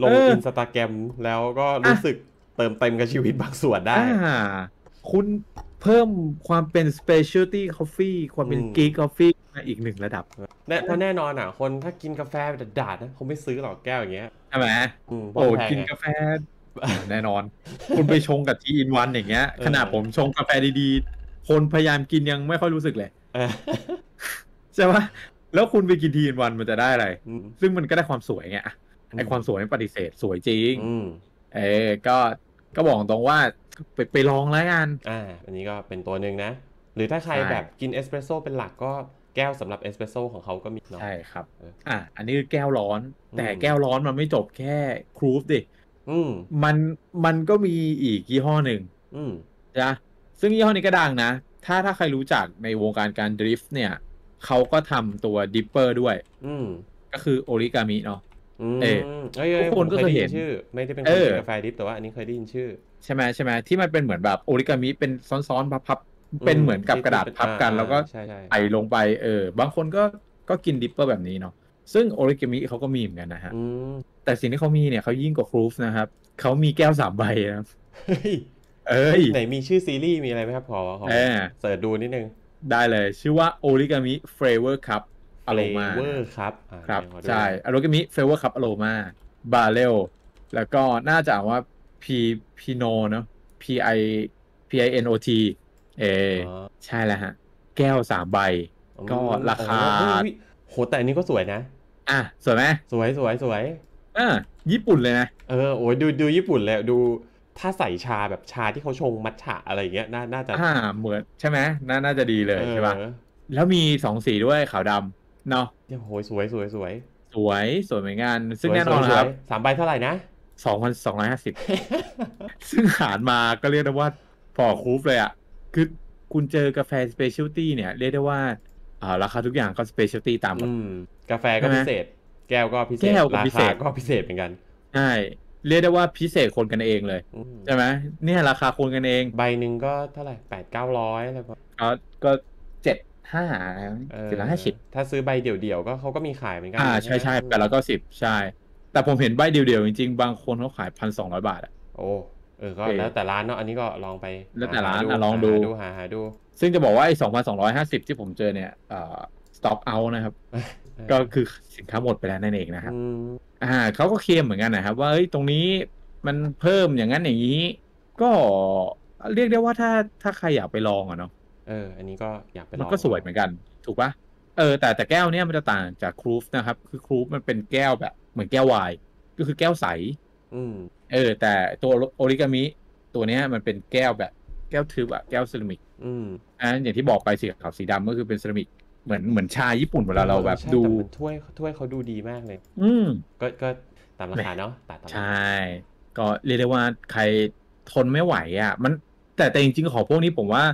Speaker 1: ลง
Speaker 2: เอออิ
Speaker 1: อินสตาแกรมแล้วก็รู้
Speaker 2: อ่ะ
Speaker 1: สึกเติมเต็มกับชีวิตบางส่วนได้
Speaker 2: อ่าคุณเพิ่มความเป็น specialty coffee ความเป็น
Speaker 1: อืม
Speaker 2: geek coffee มาอีกหนึ่งระดับ
Speaker 1: แน่เพราะแน่นอนอ่ะ คนถ้ากินกาแฟแบบดาดๆนะคงไม่ซื้อหรอกแก้วอย่างเงี้ย
Speaker 2: ใช่ไหม
Speaker 1: ม
Speaker 2: โอ้
Speaker 1: แพง
Speaker 2: กิน
Speaker 1: อะ
Speaker 2: กาแฟ แน่นอน คุณไปชงกับทีอินวันอย่างเงี้ย
Speaker 1: เออ
Speaker 2: ขนาดผมชงกาแฟดีๆ คนพยายามกินยังไม่ค่อยรู้สึกเลย
Speaker 1: เออ
Speaker 2: ใช่ปะแล้วคุณไปกินทีอินวันมันจะได้อะไร
Speaker 1: อืม
Speaker 2: ซึ่งมันก็ได้ความสวยไงอะ
Speaker 1: อืม
Speaker 2: ไอความสวยไม่ปฏิเสธสวยจริง
Speaker 1: อืม
Speaker 2: เออก็ก็บอกตรงว่าไปไปลองแล้วกัน
Speaker 1: อ่า อันนี้ก็เป็นตัวหนึ่งนะ หรือถ้าใคร
Speaker 2: ใช่
Speaker 1: แบบกินเอสเปรสโซ่เป็นหลักก็แก้วสำหรับเอสเปรสโซ่ของเขาก็มีเนาะ
Speaker 2: ใช่ครับ
Speaker 1: เอออ่
Speaker 2: อ่ะ อันนี้คือแก้วร้อน
Speaker 1: อืม
Speaker 2: แต่แก้วร้อนมันไม่จบแค่ครูฟดิ
Speaker 1: อืม
Speaker 2: มันมันก็มีอีกยี่ห้อหนึ่ง
Speaker 1: อืม
Speaker 2: นะซึ่งยี่ห้อนี้ก็ดังนะ ถ้าถ้าใครรู้จักในวงการการดริฟต์เนี่ย เขาก็ทำตัวดิปเปอร์ด้วย
Speaker 1: อืม
Speaker 2: ก็คือโอริกามิเนาะ
Speaker 1: อืม
Speaker 2: เออ
Speaker 1: เอ้ยเอ้ย
Speaker 2: ทุกคน
Speaker 1: ผม
Speaker 2: ก็เคย
Speaker 1: ได้
Speaker 2: เห็
Speaker 1: ยิ
Speaker 2: น
Speaker 1: ชื่อ ไม่ได้เป็นค
Speaker 2: เอน อ
Speaker 1: กินกาแฟดิฟแต่ว่าอันนี้เคยได้ยินชื่อ
Speaker 2: ใช่ไหมใช่ไหมที่มันเป็นเหมือนแบบโอริกามิเป็นซ้อนๆพับๆเป็นเหมือนกับกระดาษพับกัน แล้วก็
Speaker 1: ใช่ใช่
Speaker 2: ใส่ลงไปเออบางคนก็ก็กินดิปเปอร์แบบนี้เนาะซึ่งโอริกามิเขาก็มีเหมือนกันนะฮะ
Speaker 1: อืม
Speaker 2: แต่สิ่งที่เขามีเนี่ยเขายิ่งกว่าครูฟนะครับ เขามีแก้วสามใบนะครับ
Speaker 1: เฮ้ย
Speaker 2: เอ้ย
Speaker 1: ไหนมีชื่อซีรีส์มีอะไรไหมครับขอขอ
Speaker 2: เออ
Speaker 1: เสิร์ชดูนิดนึง
Speaker 2: ได้เลยชื่อว่าโอริกามิเฟ a เวอร์คัพอโลมา
Speaker 1: เวอร์ครับอ่า
Speaker 2: ครับ
Speaker 1: เดี๋ยวขอดู
Speaker 2: ใช่โอริกามิเฟ a เวอร์คัพอโลมาบาเ e ลแล้วก็น่าจะอ่านว่า P P N O เนอะ P I P I N O T เออ
Speaker 1: อ๋อ
Speaker 2: ใช่แล้วฮะ แก้วสามใบ ก็ราคา
Speaker 1: อ๋อเฮ้ยโหแต่อันนี้ก็สวยนะ
Speaker 2: อ่ะ สวยไหม
Speaker 1: สวยสวยสวย
Speaker 2: อ่ะญี่ปุ่นเลยนะ
Speaker 1: เออโอ้ยดูดูญี่ปุ่นเลยดูถ้าใส่ชาแบบชาที่เขาชงมัทฉะอะไรอย่างเงี้ยน่าน่าจะ
Speaker 2: อ่า เหมือนใช่ไหมน่าน่าจะดีเลยใช่ป่ะ
Speaker 1: เออ
Speaker 2: แล้วมีสองสีด้วยขาวดำเนาะ
Speaker 1: เดี๋ยวโหยสวยสวยสวย
Speaker 2: สวยสวยเหมือนกัน ซึ่ง
Speaker 1: สวย
Speaker 2: แน่นอน
Speaker 1: สวย
Speaker 2: นะครับ
Speaker 1: สวยสามใบเท่าไหร่นะ
Speaker 2: สองพันสองร้อยห้าสิ บ ซึ่งหารมาก็เรียกได้ว่าพอคูฟเลยอ่ะ คือคุณเจอกาแฟสเปเชียลตี้เนี่ย เรียกได้ว่าอ่าราคาทุกอย่างก็สเปเชียลตี้ตามหมด
Speaker 1: อืมกาแฟก็
Speaker 2: ใช่ไหม
Speaker 1: พิเศษ แก้วก็พิเศษ
Speaker 2: แก้วก็
Speaker 1: รา
Speaker 2: พิเศ
Speaker 1: คา
Speaker 2: ษ
Speaker 1: ก็พิเศษเหมือนกัน
Speaker 2: ใช่เรียกได้ว่าพิเศษคนกันเองเลย
Speaker 1: อืม
Speaker 2: ใช่ไหมเนี่ยราคาคนกันเอง
Speaker 1: ใบหนึ่งก็เท่าไหร่แปดเก้าร้อยอะไรประมาณ
Speaker 2: ก็ก็เจ็ดห้า
Speaker 1: เออ
Speaker 2: เจ็ดร้อยห้าสิบ
Speaker 1: ถ้าซื้อใบเดี่ยวๆก็เขาก็มีขายเหมือนกั
Speaker 2: อ่าใช่ใช่แปดร้อยเก้าสิบใช่ แต่ผมเห็นใบเดียวๆจริงๆ บางคนเขาขายพันสองร้อยบาทอะ
Speaker 1: โอ้เออก็
Speaker 2: เออ
Speaker 1: แล้วแต่ร้านเนาะอันนี้ก็ลองไป
Speaker 2: แล้วแต่
Speaker 1: ห
Speaker 2: ร้าน
Speaker 1: ดู
Speaker 2: อ่ะลอ
Speaker 1: หา
Speaker 2: งดู
Speaker 1: ดูหาหาดู
Speaker 2: ซึ่งจะบอกว่าไอ้สองพันสองร้อยห้าสิบที่ผมเจอเนี่ยเอ่อสต็อกเอานะครับ
Speaker 1: เออ
Speaker 2: ก็คือสินค้าหมดไปแล้วนั่นเองนะครับ
Speaker 1: อืม
Speaker 2: อ่าเขาก็เคลมเหมือนกันนะครับ ว่าเอ้ยตรงนี้มันเพิ่มอย่างนั้นอย่างนี้ ก็เรียกได้ว่าถ้าถ้าใครอยากไปลองอะเนาะ
Speaker 1: เออ อันนี้ก็อยากไปลอง
Speaker 2: มันก็สวยเหมือนกัน ถูกปะเออแต่แต่แก้วเนี่ยมันจะต่างจากครูฟนะครับ คือครูฟมันเป็นแก้วแบบ เหมือนแก้วไวน์ก็คือแก้วใส
Speaker 1: อืม
Speaker 2: เออ แต่ตัวโอริกามิตัวเนี้ยมันเป็นแก้วแบบแก้วทึบอะแก้วเซรามิก
Speaker 1: อืม
Speaker 2: อ่าอย่างที่บอกไปสีขาวสีดำก็คือเป็นเซรามิกเหมือนเหมือนชาญี่ปุ่นเวลาเราแบบ
Speaker 1: ใช่
Speaker 2: ดู
Speaker 1: ต่มันถ้วยถ้วยเขาดูดีมากเลย
Speaker 2: อืม
Speaker 1: ก็ก็ตามราคาเนาะตัดตามราคา
Speaker 2: ใช่ ก็เรียกได้ว่าใครทนไม่ไหวอ่ะ มันแต่แต่จริงๆของพวกนี้ผมว่า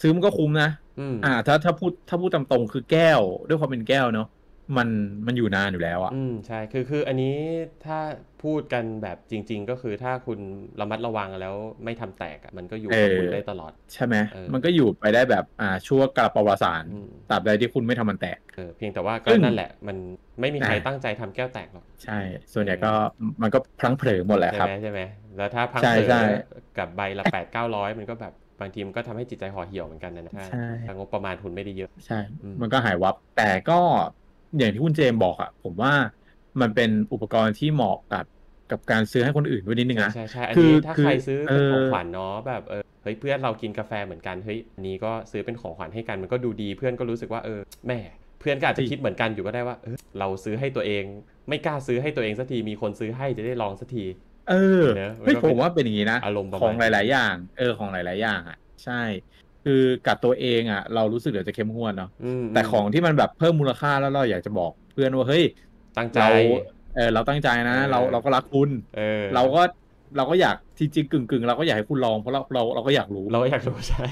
Speaker 2: ซื้อมันก็คุ้มนะ
Speaker 1: อืม
Speaker 2: อ่า ถ้าถ้าพูดถ้าพูดตามตรงคือแก้ว ด้วยความเป็นแก้วเนาะมันมันอยู่นานอยู่แล้วอ่ะ
Speaker 1: อืมใช่คือคืออันนี้ถ้าพูดกันแบบจริง ๆ ก็คือถ้าคุณระมัดระวังแล้วไม่ทำแตกอะมันก็อยู่กับคุณ
Speaker 2: เออ
Speaker 1: ได้ตลอด
Speaker 2: ใช่ไหม
Speaker 1: เออ
Speaker 2: มันก็อยู่ไปได้แบบอ่าชั่วกระประวัติศาสตร์
Speaker 1: อืม
Speaker 2: ตราบใดที่คุณไม่ทำมันแตก
Speaker 1: เออเพียงแต่ว่าก็
Speaker 2: ซึ่ง
Speaker 1: นั่นแหละ มันไม่มีใคร
Speaker 2: อ่ะ
Speaker 1: ตั้งใจทำแก้วแตกหรอก
Speaker 2: ใช่ ส่วนใหญ่ก็มันก็พลังเผลอหมดแหละค
Speaker 1: ใช่
Speaker 2: รับ
Speaker 1: ไหมใช่ไหมแล้วถ้าพัง
Speaker 2: ใช่
Speaker 1: เผล
Speaker 2: ใช่
Speaker 1: อกับใบละแปดเก้าร้อยมันก็แบบบางทีมันก็ทำให้จิตใจห่อเหี่ยวเหมือนกันนะนะถ้า
Speaker 2: ใช่
Speaker 1: ถ้างบประมาณทุนไม่ได้เยอะ
Speaker 2: ใช่
Speaker 1: อืม
Speaker 2: มันก็หายวับ แต่ก็อย่างที่คุณเจมส์บอกอ่ะ ผมว่ามันเป็นอุปกรณ์ที่เหมาะกับกับการซื้อให้คนอื่นด้วยนิดนึง
Speaker 1: ใช่
Speaker 2: นะ
Speaker 1: ใช่ใช่อัน
Speaker 2: คือ
Speaker 1: นี้ถ้าใครซื้อเป็น
Speaker 2: คือ
Speaker 1: ของขวัญเนาะแบบเออเฮ้ยเพื่อนเรากินกาแฟเหมือนกันเฮ้ยอันนี้ก็ซื้อเป็นของขวัญให้กันมันก็ดูดีเพื่อนก็รู้สึกว่าเออแหม่เพื่อนก็อาจจะคิดเหมือนกันอยู่ก็ได้ว่าเออเราซื้อให้ตัวเอง ไม่กล้าซื้อให้ตัวเองสักทีมีคนซื้อให้จะได้ลองสักที
Speaker 2: เออ
Speaker 1: เนอะ
Speaker 2: เฮ้ย
Speaker 1: มันก็
Speaker 2: ผ
Speaker 1: เป็น
Speaker 2: มว่าเป็นอย่างนี้นะ
Speaker 1: อารมณ์ประมาณ
Speaker 2: ของห
Speaker 1: นั้
Speaker 2: ลา
Speaker 1: น
Speaker 2: ยๆ อย่าง เออของหลาย ๆ อย่างอ่ะ ใช่ คือกับตัวเองอ่ะ เรารู้สึกเดี๋ยวจะเข้มงวดเนาะ
Speaker 1: อืม
Speaker 2: แต่ของที่มันแบบเพิ่มมูลค่าแล้วเราอยากจะบอกเพื่อนว่าเฮ้ย
Speaker 1: ตั้งใจ
Speaker 2: เราเออเราตั้งใจนะ
Speaker 1: เออ
Speaker 2: เราเราก็รักคุณ
Speaker 1: ออ
Speaker 2: เราก็เราก็อยากจริงๆกึ่งๆเราก็อยากให้คุณลองเพราะเราเราเราก็อยากรู้
Speaker 1: เราอยากรู้ใช่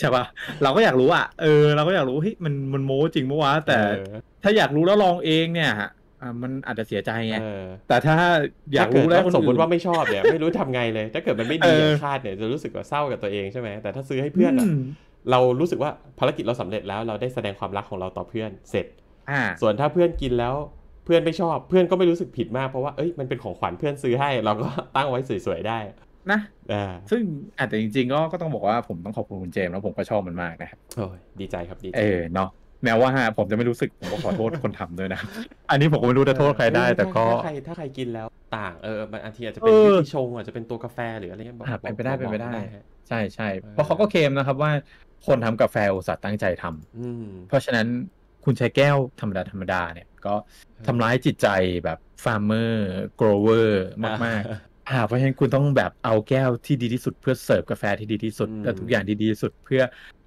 Speaker 2: ใช่ปะเราก็อยากรู้อ่ะเออเราก็อยากรู้เฮ้ยมันมันโม้จริงเมื่อวะแต่
Speaker 1: เออ
Speaker 2: ถ้าอยากรู้แล้วลองเองเนี่ยฮะอ่ะมันอาจจะเสียใจไง
Speaker 1: เออ
Speaker 2: แต่ถ้าอยากรู้แล้ว
Speaker 1: ถ้
Speaker 2: คน
Speaker 1: เดสมม
Speaker 2: อื่น
Speaker 1: ติว่าไม่ชอบเนี่ย ไม่รู้ทำไงเลย ถ้าเกิดมันไม่ดี
Speaker 2: เอออ
Speaker 1: ย่างคาดเนี่ยจะรู้สึกว่าเศร้ากับตัวเองใช่ไหมแต่ถ้าซื้อให้เพื่อนอะ
Speaker 2: ม
Speaker 1: เรารู้สึกว่าภารกิจเราสำเร็จแล้วเราได้แสดงความรักของเราต่อเพื่อนเสร็จ
Speaker 2: อ่า
Speaker 1: ส่วนถ้าเพื่อนกินแล้วเพื่อนไม่ชอบ เพื่อนก็ไม่รู้สึกผิดมากเพราะว่าเอ้ยมันเป็นของขวัญเพื่อนซื้อให้เราก็ ตั้งไว้สวยๆได้
Speaker 2: นะ
Speaker 1: อ่า
Speaker 2: ซึ่งอาจจะจริงๆก็ก็ต้องบอกว่าผมต้องขอบคุณคุณเจมส์แล้วผมก็ชอบมันมากนะครับ
Speaker 1: โอ้ยดีใจครับดีใจ
Speaker 2: เออเนาะแม้ว่าผมจะไม่รู้สึก ผมก็ขอโทษคนทำด้วยนะ อันนี้ผมก็ไม่รู้จะโทษใครได้
Speaker 1: เออ
Speaker 2: แต่ก็
Speaker 1: ถ้าถ้าใครถ้าใครกินแล้วต่างเออมันอาจจะอาจจะเป็น
Speaker 2: เออ
Speaker 1: วิธีชงอาจจะเป็นตัวกาแฟหรืออะไรเงี้ยบอก
Speaker 2: อ่ะเป็นไปได้
Speaker 1: บอก
Speaker 2: เป็นไปได้
Speaker 1: ฮะ
Speaker 2: ใช่ใช่
Speaker 1: เออ
Speaker 2: เพราะเขาก็เคลมนะครับว่าคนทำกาแฟอุตสาห์ตั้งใจทำ
Speaker 1: อืม
Speaker 2: เพราะฉะนั้นคุณใช้แก้วธรรมดาธรรมดาเนี่ย ก็ทำร้ายจิตใจแบบฟาร์มเมอร์กรเวอร์มากๆ อ่าเพราะฉะนั้นคุณต้องแบบเอาแก้วที่ดีที่สุดเพื่อเสิร์ฟกาแฟที่ดีที่สุด
Speaker 1: อืม
Speaker 2: และทุกอย่างที่ดีที่สุดเพื่อ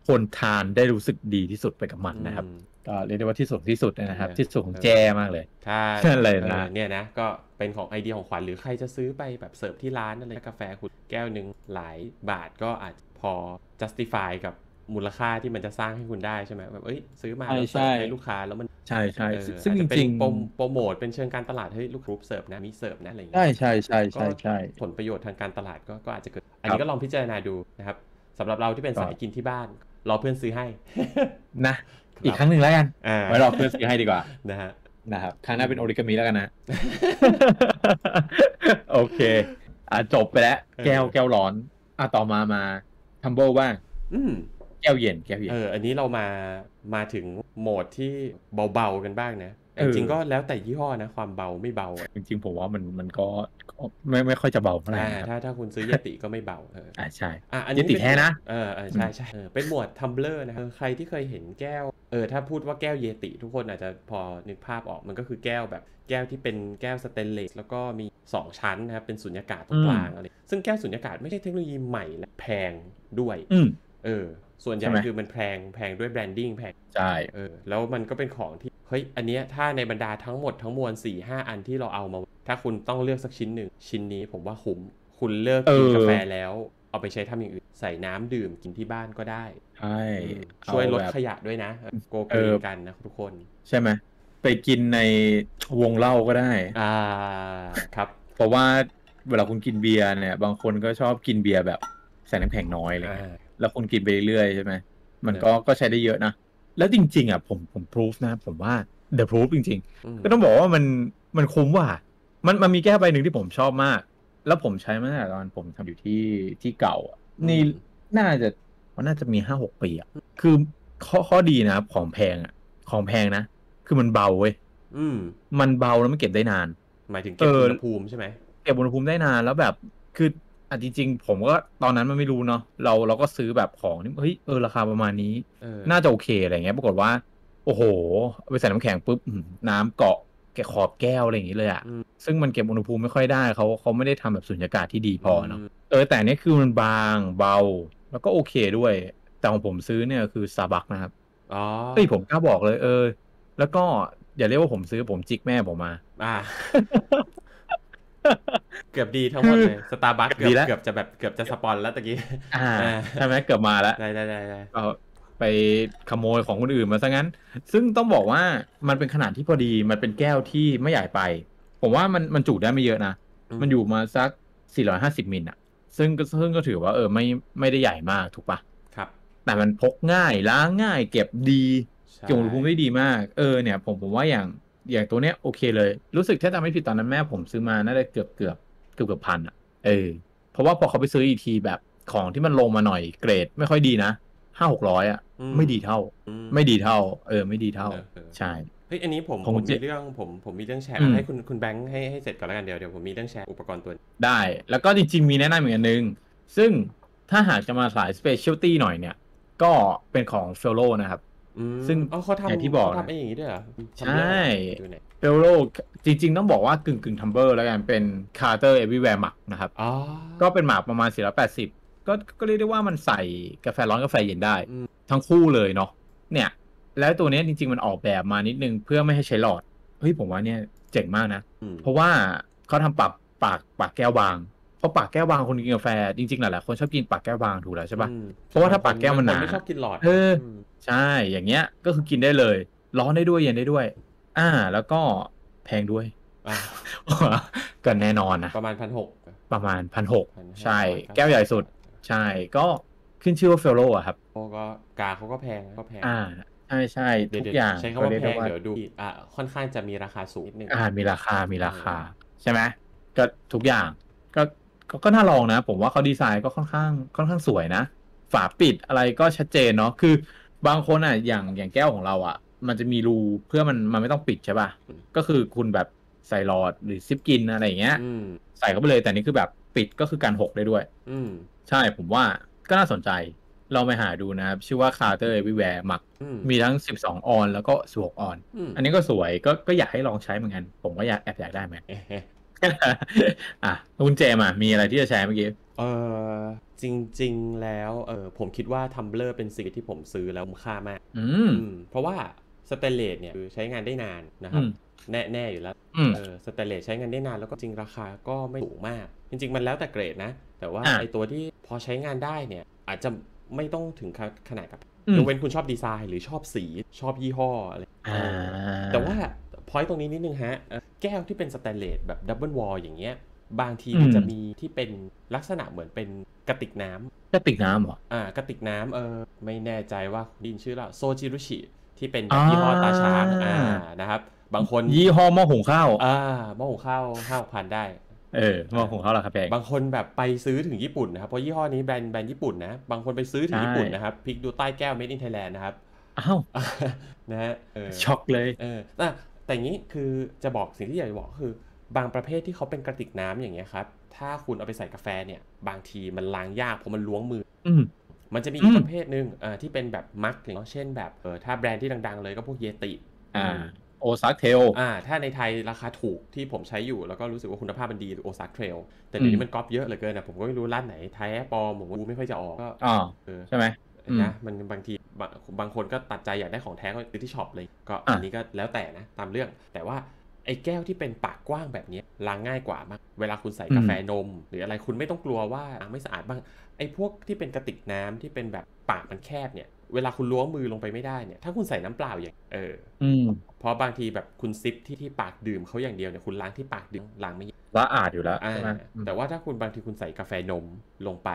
Speaker 2: คนทานได้รู้สึกดีที่สุดไปกับมันนะครับ
Speaker 1: อืม
Speaker 2: ก็เรียกได้ว่าที่สุดที่สุดนะครับ
Speaker 1: เออ
Speaker 2: ที่สุดของแจ้มากเลย
Speaker 1: ถ้า
Speaker 2: อะไรนะ
Speaker 1: เออเนี่ยนะ ก็เป็นของไอเดียของขวัญหรือใครจะซื้อไปแบบเสิร์ฟที่ร้านอะไรกาแฟคุณแก้วหนึ่งหลายบาทก็อาจจะพอ justify กับมูลค่าที่มันจะสร้างให้คุณได้ใช่ไหมแบบเอ้ยซื้อมา
Speaker 3: ใช่
Speaker 1: แล้วเสิร์ฟ
Speaker 3: ใช่
Speaker 1: ให้ลูกค้าแล้วมัน
Speaker 2: ใช่ใช่
Speaker 1: เออ
Speaker 2: ซึ่ง
Speaker 1: อา
Speaker 2: จ
Speaker 1: จะเป็น
Speaker 2: ริง
Speaker 1: โปรโปรโมทเป็นเชิงการตลาดให้ลูกกรุ๊ปเสิร์ฟนะมีเสิร์ฟนะอะไรอย่าง
Speaker 2: ๆ
Speaker 1: เงี้
Speaker 2: ใช่
Speaker 1: ย
Speaker 2: ใช่ใช่ใช่ใช่
Speaker 1: ก็ผลประโยชน์ทางการตลาดก็ก็อาจจะเกิด อันนี้ก็ลองพิจารณาดูนะครับสำหรับเราที่เป็นสายกินที่บ้าน รอเพื่อนซื้อให้
Speaker 2: นะอีกครั้งหนึ่งแล้วกัน
Speaker 1: อ่า
Speaker 2: ไว้รอเพื่อนซื้อให้ดีกว่า
Speaker 1: นะฮะ
Speaker 2: นะครับครั้งหน้าเป็นโอริกามิแล้วกันนะ โอเค อ่ะจบไปแล้ว แก้วแก้วร้อนอ่ะต่อมามาทัมเบิลบ้าง
Speaker 1: อืม
Speaker 2: แก้วเย็นแก้วเย็น
Speaker 1: เออ อันนี้เรามามาถึงโหมดที่เบาๆกันบ้างนะ
Speaker 2: เออ
Speaker 1: จริงๆก็แล้วแต่ยี่ห้อนะ ความเบาไม่เบาอะ
Speaker 2: จริงๆผมว่ามันมันก็ก็ไม่ไม่ค่อยจะเบาเท่าไหร่
Speaker 1: อ่า
Speaker 2: นะครับ
Speaker 1: ถ้าถ้าคุณซื้อเยติก็ไม่เบาเออ
Speaker 2: อ่าใช่
Speaker 1: อ่ะอันนี้
Speaker 2: เยติแท้นะ
Speaker 1: เออเออใช่ใช่เออเป็นหมวดทัมเบลอร์นะเออใครที่เคยเห็นแก้วเออถ้าพูดว่าแก้วเยติ ทุกคนอาจจะพอนึกภาพออกมันก็คือแก้วแบบแก้วที่เป็นแก้วสเตนเลสแล้วก็มี 2 ชั้นนะครับเป็นสุญญากาศตรงกลางอะไรซึ่งแก้วสุญญากาศไม่ใช่เทคโนโลยีใหม่และแพงด้วย
Speaker 2: อืม
Speaker 1: เออ ส่วนใหญ่
Speaker 2: ใช่ไหม
Speaker 1: คือมันแพงแพงด้วยแบรนดิ้งแพง
Speaker 2: ใช่
Speaker 1: เออแล้วมันก็เป็นของที่เฮ้ยอันเนี้ยถ้าในบรรดาทั้งหมดทั้งมวล4ี่ห้าอันที่เราเอามา ถ้าคุณต้องเลือกสักชิ้นหนึ่งชิ้นนี้ผมว่าคุ้มคุณเลิกกิน
Speaker 2: เออ
Speaker 1: กาแฟแล้ว เอาไปใช้ทำอย่างอื่น ใส่น้ำดื่มกินที่บ้านก็ได้
Speaker 2: ใช่
Speaker 1: อืม
Speaker 2: เอา
Speaker 1: ช่วยลด
Speaker 2: แบบ
Speaker 1: ขยะด้วยนะโกก
Speaker 2: เอ
Speaker 1: รี
Speaker 2: อ
Speaker 1: กันนะทุกคน
Speaker 2: ใช่ไหมไปกินในวงเหล้าก็ได้
Speaker 1: อ่าครับ
Speaker 2: เพราะว่าเวลาคุณกินเบียร์เนี่ย บางคนก็ชอบกินเบียร์แบบใส่น้ำแข็งน้อยอะไรเลย แล้วคุณกินไปเรื่อยๆใช่ไหมมันก็ก็ใช้ได้เยอะนะ แล้วจริง ๆอ่ะผมผมพิสูจนะ ผมว่าเดอะพิสูจจริง ๆ ก็ต้องบอกว่ามันมันคุ้มว่ะ มันมันมีแก้วใบหนึ่งที่ผมชอบมาก แล้วผมใช้มาตั้งแต่ตอนผมทำอยู่ที่ที่เก่าอะ
Speaker 1: อืม
Speaker 2: นี่น่าจะมันน่าจะมีห้าหกปีอ่ะ คือข้อข้อดีนะครับของแพงอ่ะ ของแพงนะ คือมันเบาเว้ย
Speaker 1: อืม
Speaker 2: มันเบาแล้วมันเก็บได้นาน
Speaker 1: หมายถึงเก็บ
Speaker 2: เออ
Speaker 1: อุณหภูมิใช่ไหม
Speaker 2: เก็บอุณหภูมิได้นานแล้วแบบคืออ่ะจริงๆ ผมก็ตอนนั้นมันไม่รู้เนาะเราเราก็ซื้อแบบของที่เฮ้ยเออราคาประมาณนี้
Speaker 1: เออ
Speaker 2: น่าจะโอเคอะไรเงี้ย ปรากฏว่า โอ้โหเอาไปใส่น้ำแข็งปุ๊บอื้อหือน้ำเกาะแกะขอบแก้วอะไรอย่างงี้เลยอะ ซึ่งมันเก็บอุณหภูมิไม่ค่อยได้เขาเขาไม่ได้ทำแบบสุญญากาศที่ดีพอเนาะ
Speaker 1: ม
Speaker 2: เออแต่อันนี้คือมันบางเบา แล้วก็โอเคด้วย แต่ของผมซื้อเนี่ยคือซาบักนะครับ
Speaker 1: อ๋อ
Speaker 2: เอ้ยผมกล้าบอกเลยเออ แล้วก็อย่าเรียกว่าผมซื้อผมจิกแม่ผมมา
Speaker 1: อ่า เกือบดีทั้งหมดเลยสตาร์บัคเกื
Speaker 2: เกือบดี
Speaker 1: อบ
Speaker 2: แล้ว
Speaker 1: เกือบจะแบบเกือบจะสปอนแล้วตะกี้
Speaker 2: อ่า
Speaker 1: อ่า
Speaker 2: ใช่ไหมเกือบมาแล้ว
Speaker 1: ได้ได้ได้ได้
Speaker 2: ก็ไปขโมยของคนอื่นมาซะงั้น ซึ่งต้องบอกว่ามันเป็นขนาดที่พอดีมันเป็นแก้วที่ไม่ใหญ่ไป ผมว่ามันมันจุได้ไม่เยอะนะ มันอยู่มาสัก 450มิลอะซึ่งก็ซึ่งก็ถือว่าเออไม่ไม่ได้ใหญ่มากถูกปะ
Speaker 1: ครับ
Speaker 2: แต่มันพกง่ายล้างง่าย เก็บดี
Speaker 1: ใช่
Speaker 2: เก็บอุณหภูมิได้ดีมาก เออเนี่ย ผมผมว่าอย่างอย่างตัวเนี้ยโอเคเลย รู้สึกถ้าจำไม่ผิดตอนนั้นแม่ผมซื้อมาน่าจะเกือบเกือบเกือบเกือบพันอ่ะเออเพราะว่าพอเขาไปซื้ออีกทีแบบของที่มันลงมาหน่อยเกรด ไม่ค่อยดีนะห้าหกร้อยอ่ะ
Speaker 1: อื
Speaker 2: ไม่ดีเท่า
Speaker 1: อื
Speaker 2: ไม่ดีเท่า เออ ไม่ดีเท่า
Speaker 1: ออออ
Speaker 2: ใช่
Speaker 1: เฮ้ยอันนี้ผม
Speaker 2: ข
Speaker 1: ผ
Speaker 2: อง
Speaker 1: ม
Speaker 2: เจ๊
Speaker 1: มีเรื่องผมผมมีเรื่องแชร์
Speaker 2: อืม
Speaker 1: ให้คุณคุณแบงค์ให้ให้เสร็จก่อนแล้วกันเดี๋ยวเดี๋ยวผมมีเรื่องแชร์อุปกรณ์ตัวนี้
Speaker 2: ได้ แล้วก็จริง ๆ มีแนะนำอีกอันนึง ซึ่งถ้าหากจะมาสาย specialty หน่อยเนี่ย ก็เป็นของเฟลโลนะครับ
Speaker 1: อืม
Speaker 2: ซึ่ง
Speaker 1: อ๋อเขาทำ
Speaker 2: อย่างที่บอก
Speaker 1: เขา
Speaker 2: นะ
Speaker 1: ทำไอ้อย่างนี้ด้วยเหรอ
Speaker 2: ใช่
Speaker 1: ทำเรื่องอะไรดูหน่อย
Speaker 2: เฟลโลจริง ๆ ต้องบอกว่ากึ่งกึ่งทัมเบอร์แล้วกันเป็นคาร์เตอร์เอ y ิแวร์หมักนะครับ
Speaker 1: อ๋อ
Speaker 2: ก็เป็นหมักประมาณ 480 ก็ก็เรียกได้ว่ามันใส่กาแฟร้อนกาแฟเย็นได้
Speaker 1: อืม
Speaker 2: ทั้งคู่เลยเนาะเนี่ย แล้วตัวเนี้ยจริง ๆ มันออกแบบมานิดนึงเพื่อไม่ให้ใช้หลอดเฮ้ยผมว่าเนี่ยเจ๋งมากนะ
Speaker 1: อืม
Speaker 2: เพราะว่าเขาทำปากปากปากแก้วบางเพราะปากแก้วบางคนกินกาแฟจริงๆหลายๆคนชอบกินปากแก้วบางถูกแล้วใช่ปะ
Speaker 1: อืม
Speaker 2: เพราะว่าถ้าปากแก้วมันห
Speaker 1: บ
Speaker 2: นา
Speaker 1: งคไม่ชอบกินหลอด
Speaker 2: เออ
Speaker 1: ม
Speaker 2: ใช่อย่างเงี้ยก็คือกินได้เลย ร้อนได้ด้วยเย็นได้ด้วย อ่า แล้วก็แพงด้วย
Speaker 1: อ่ะ
Speaker 2: ก็แน่นอนนะ
Speaker 1: ประมาณพันหก
Speaker 2: ประมาณพันหกใช่ แก้วใหญ่สุด ใช่ก็ขึ้นชื่อว่าเฟลโลอะครับ
Speaker 1: โอ้ก็กาเขาก็แพงเขาแพง
Speaker 2: อ่า ใช่ใช่
Speaker 1: เดี๋ยว
Speaker 2: ทุก
Speaker 1: เดี๋ยว
Speaker 2: อย่าง
Speaker 1: ใช้คำว่า
Speaker 2: ก็เรียก
Speaker 1: แพ
Speaker 2: ได้
Speaker 1: งเดี๋ยวดูอ่ะค่อนข้างจะมีราคาสูงนิดนึง
Speaker 2: อ่ามีราคามีราคา ใช่ไหมก็ทุกอย่างก็ก็ก็น่าลองนะ ผมว่าเขาดีไซน์ก็ค่อนข้างค่อนข้างสวยนะ ฝาปิดอะไรก็ชัดเจนเนาะคือบางคนอ่ะอย่างอย่างแก้วของเราอ่ะ มันจะมีรูเพื่อมันมันไม่ต้องปิดใช่ป่ะก็คือคุณแบบใส่หลอดหรือซิปกินอะไรอย่างเงี้ย
Speaker 1: อืม
Speaker 2: ใส่เข้าไปเลยแต่นี่คือแบบปิดก็คือการหกได้ด้วย
Speaker 1: อืม
Speaker 2: ใช่ผมว่าก็น่าสนใจ ลองไปหาดูนะครับ ชื่อว่า Carter Everywhere หมัก
Speaker 1: อืม
Speaker 2: มีทั้ง 12 ออนแล้วก็16ออน
Speaker 1: อืม
Speaker 2: อันนี้ก็สวยก็ก็อยากให้ลองใช้เหมือนกัน ผมก็อยากแอบอยากได้เหมือน กัน
Speaker 1: เอ๊ะ
Speaker 2: อ่ะคุณเจมส์อ่ะมีอะไรที่จะแชร์เมื่อกี้
Speaker 1: เออจริงๆแล้วเออผมคิดว่าทัมเบลอร์เป็นสิ่งที่ผมซื้อแล้วคุ้มค่ามาก
Speaker 2: อืม
Speaker 1: อืมเพราะว่าสเตนเลสเนี่ยคือใช้งานได้นานนะครับ
Speaker 2: อืม
Speaker 1: แน่แน่อยู่แล้ว
Speaker 2: อืม
Speaker 1: เออสเตนเลสใช้งานได้นานแล้วก็จริงราคาก็ไม่สูงมาก จริง ๆ มันแล้วแต่เกรดนะ แต่ว่า
Speaker 2: อ่ะ
Speaker 1: ไอตัวที่พอใช้งานได้เนี่ย อาจจะไม่ต้องถึงขนาดกับ
Speaker 2: อืม
Speaker 1: ยกเว้นคุณชอบดีไซน์หรือชอบสีชอบยี่ห้ออะไร
Speaker 2: อ่า
Speaker 1: แต่ว่าพอยต์ตรงนี้นิดนึงฮะเอ่อแก้วที่เป็นสแตนเลสแบบดับเบิลวอลอย่างเงี้ย บางที
Speaker 2: อืม
Speaker 1: มันจะมีที่เป็นลักษณะเหมือนเป็นกระติกน้ำ
Speaker 2: กระติกน้ำเหรอ
Speaker 1: อ่ากระติกน้ำเออไม่แน่ใจว่าไดยินชื่อแล้วโซจิรุชิที่เป็นแบ
Speaker 2: อ่า
Speaker 1: บ
Speaker 2: ยี่
Speaker 1: ยี่ห้อตาช้างอ่านะครับ บางคน
Speaker 2: ยี่ห้อหม้อหุงข้าว
Speaker 1: อ่าหม้อหุงข้าวห้าพันได้
Speaker 2: เออหม้อหุงข้าวราคาแพง
Speaker 1: บางคนแบบไปซื้อถึงญี่ปุ่นนะครับ เพราะยี่ห้อนี้แบรนด์แบรนด์ญี่ปุ่นนะ บางคนไปซื้อถึงญี่ปุ่น
Speaker 2: ใช่
Speaker 1: นะครับพลิกดูใต้แก้ว made in Thailand นะครับ
Speaker 2: อ้าว
Speaker 1: นะฮะเออ
Speaker 2: ช็อกเลย
Speaker 1: เออแต่แต่งี้คือจะบอกสิ่งที่อยากจะบอกก็คือบางประเภทที่เขาเป็นกระติกน้ำอย่างเงี้ยครับ ถ้าคุณเอาไปใส่กาแฟเนี่ย บางทีมันล้างยากเพราะมันล้วงมือ
Speaker 2: อืม
Speaker 1: มันจะมี
Speaker 2: อืม
Speaker 1: ประเภทหนึ่งเอ่อที่เป็นแบบมักเนาะเช่นแบบเออถ้าแบรนด์ที่ดังๆเลยก็พวกเยติ
Speaker 2: อ่า โอซาเทล
Speaker 1: อ่าถ้าในไทยราคาถูกที่ผมใช้อยู่แล้วก็รู้สึกว่าคุณภาพมันดีหรือโอซาเทรลแต่เดี๋ยว
Speaker 2: อื
Speaker 1: นี้
Speaker 2: ม
Speaker 1: มันก๊อปเยอะเหลือเกินนะผมก็ไม่รู้ร้านไหนไทยแอปปลอมผมก็ดูไม่ค่อยจะออกก็
Speaker 2: อ๋อ
Speaker 1: เออ
Speaker 2: ใช่ไหม อืม
Speaker 1: นะมันบางทีบางบางคนก็ตัดใจอยากได้ของแท้ก็ซื้อที่ช็อปเลย ก็
Speaker 2: อ่ะ
Speaker 1: อันนี้ก็แล้วแต่นะ ตามเรื่อง แต่ว่าไอ้แก้วที่เป็นปากกว้างแบบเนี้ยล้างง่ายกว่ามาก เวลาคุณใส่กาแฟนม หรืออะไรคุณไม่ต้องกลัวว่าอ่ะไม่สะอาดบ้าง ไอ้พวกที่เป็นกระติกน้ำที่เป็นแบบปากมันแคบเนี่ย เวลาคุณล้วงมือลงไปไม่ได้เนี่ย ถ้าคุณใส่น้ำเปล่าอย่าง เออ
Speaker 2: อืม
Speaker 1: เพราะบางทีแบบคุณซิปที่ที่ปากดื่มเขาอย่างเดียวเนี่ยคุณล้างที่ปากดื่มล้างไม่
Speaker 2: สะอาดอยู่แล้ว
Speaker 1: อ่า
Speaker 2: ใช่ไหม
Speaker 1: แต่ว่าถ้าคุณบางทีคุณใส่กาแฟนมลงไป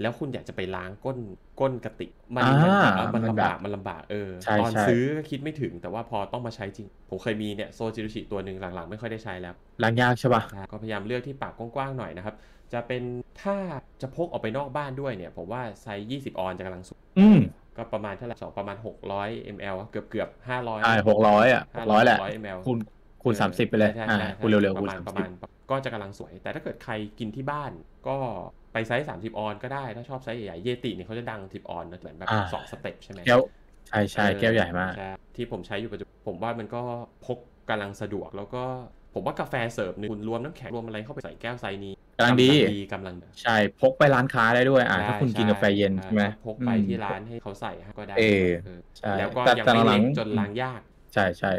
Speaker 1: แล้วคุณอยากจะไปล้างก้นก้นกระติกมันมัน
Speaker 2: อ่า
Speaker 1: เออมัน
Speaker 2: มั
Speaker 1: ลำบาก
Speaker 2: แบบ
Speaker 1: มันลำบากเออ
Speaker 2: ใช่
Speaker 1: ตอน
Speaker 2: ใช่
Speaker 1: ซื้อก็คิดไม่ถึงแต่ว่าพอต้องมาใช้จริง ผมเคยมีเนี่ยโซจิรุชิตัวหนึ่งหลังๆ ไม่ค่อยได้ใช้แล้ว
Speaker 2: ล้างยากใช่ป่ะ
Speaker 1: ใช่ก็พยายามเลือกที่ปากกว้างๆหน่อยนะครับ จะเป็นถ้าจะพกออกไปนอกบ้านด้วยเนี่ย ผมว่าไซส์20 ออนจะกำลังสุด
Speaker 2: อืม
Speaker 1: ก็ประมาณเท่าไหร่สองประมาณ 600 ml เกือบเกือบๆ500
Speaker 2: ใช่หกร้อยอ่ะหกร้อยแหละ
Speaker 1: 500 ml
Speaker 2: คูณคูณ
Speaker 1: เออ
Speaker 2: สามสิบไปเลย
Speaker 1: ใช่ใช่
Speaker 2: อ่า
Speaker 1: ใช่
Speaker 2: คูณเร็วๆ
Speaker 1: ป
Speaker 2: คูณ
Speaker 1: ระมาณ
Speaker 2: สาม
Speaker 1: ประ
Speaker 2: สิ
Speaker 1: มา
Speaker 2: บ
Speaker 1: ณก็จะกำลังสวย แต่ถ้าเกิดใครกินที่บ้าน ก็ไปไซส์30 ออนก็ได้ ถ้าชอบไซส์ใหญ่ๆ เยติเนี่ยเขาจะดัง10ออนนะเหมือนแบบสองสเต็ปใช่ไหม
Speaker 2: แก้วใช่ใช่
Speaker 1: เออ
Speaker 2: แก้วใหญ่มาก
Speaker 1: ใช่ที่ผมใช้อยู่ปัจจุบันผมว่ามันก็พกกำลังสะดวก แล้วก็ผมว่ากาแฟเสิร์ฟหนึ่งคุณรวมน้ำแข็งรวมอะไรเข้าไปใส่แก้วไซส์นี้
Speaker 2: กำลังดี
Speaker 1: กำลังดี
Speaker 2: ใช่ พกไปร้านค้าได้ด้วย อ่า
Speaker 1: ใช่
Speaker 2: ถ้าคุณกินกาแฟเย็น
Speaker 1: อ่า
Speaker 2: ใช่ไหม
Speaker 1: พกไป
Speaker 2: อืม
Speaker 1: ที่ร้านให้เขาใส่ให้ก็ได้
Speaker 2: เออ
Speaker 1: เออ
Speaker 2: ใช่
Speaker 1: แล้วก็
Speaker 2: แต่
Speaker 1: ยัง
Speaker 2: แต่
Speaker 1: ไม่
Speaker 2: หลั
Speaker 1: เล็
Speaker 2: ง
Speaker 1: ก
Speaker 2: ๆ
Speaker 1: จนล้างยาก
Speaker 2: ใช่ใช่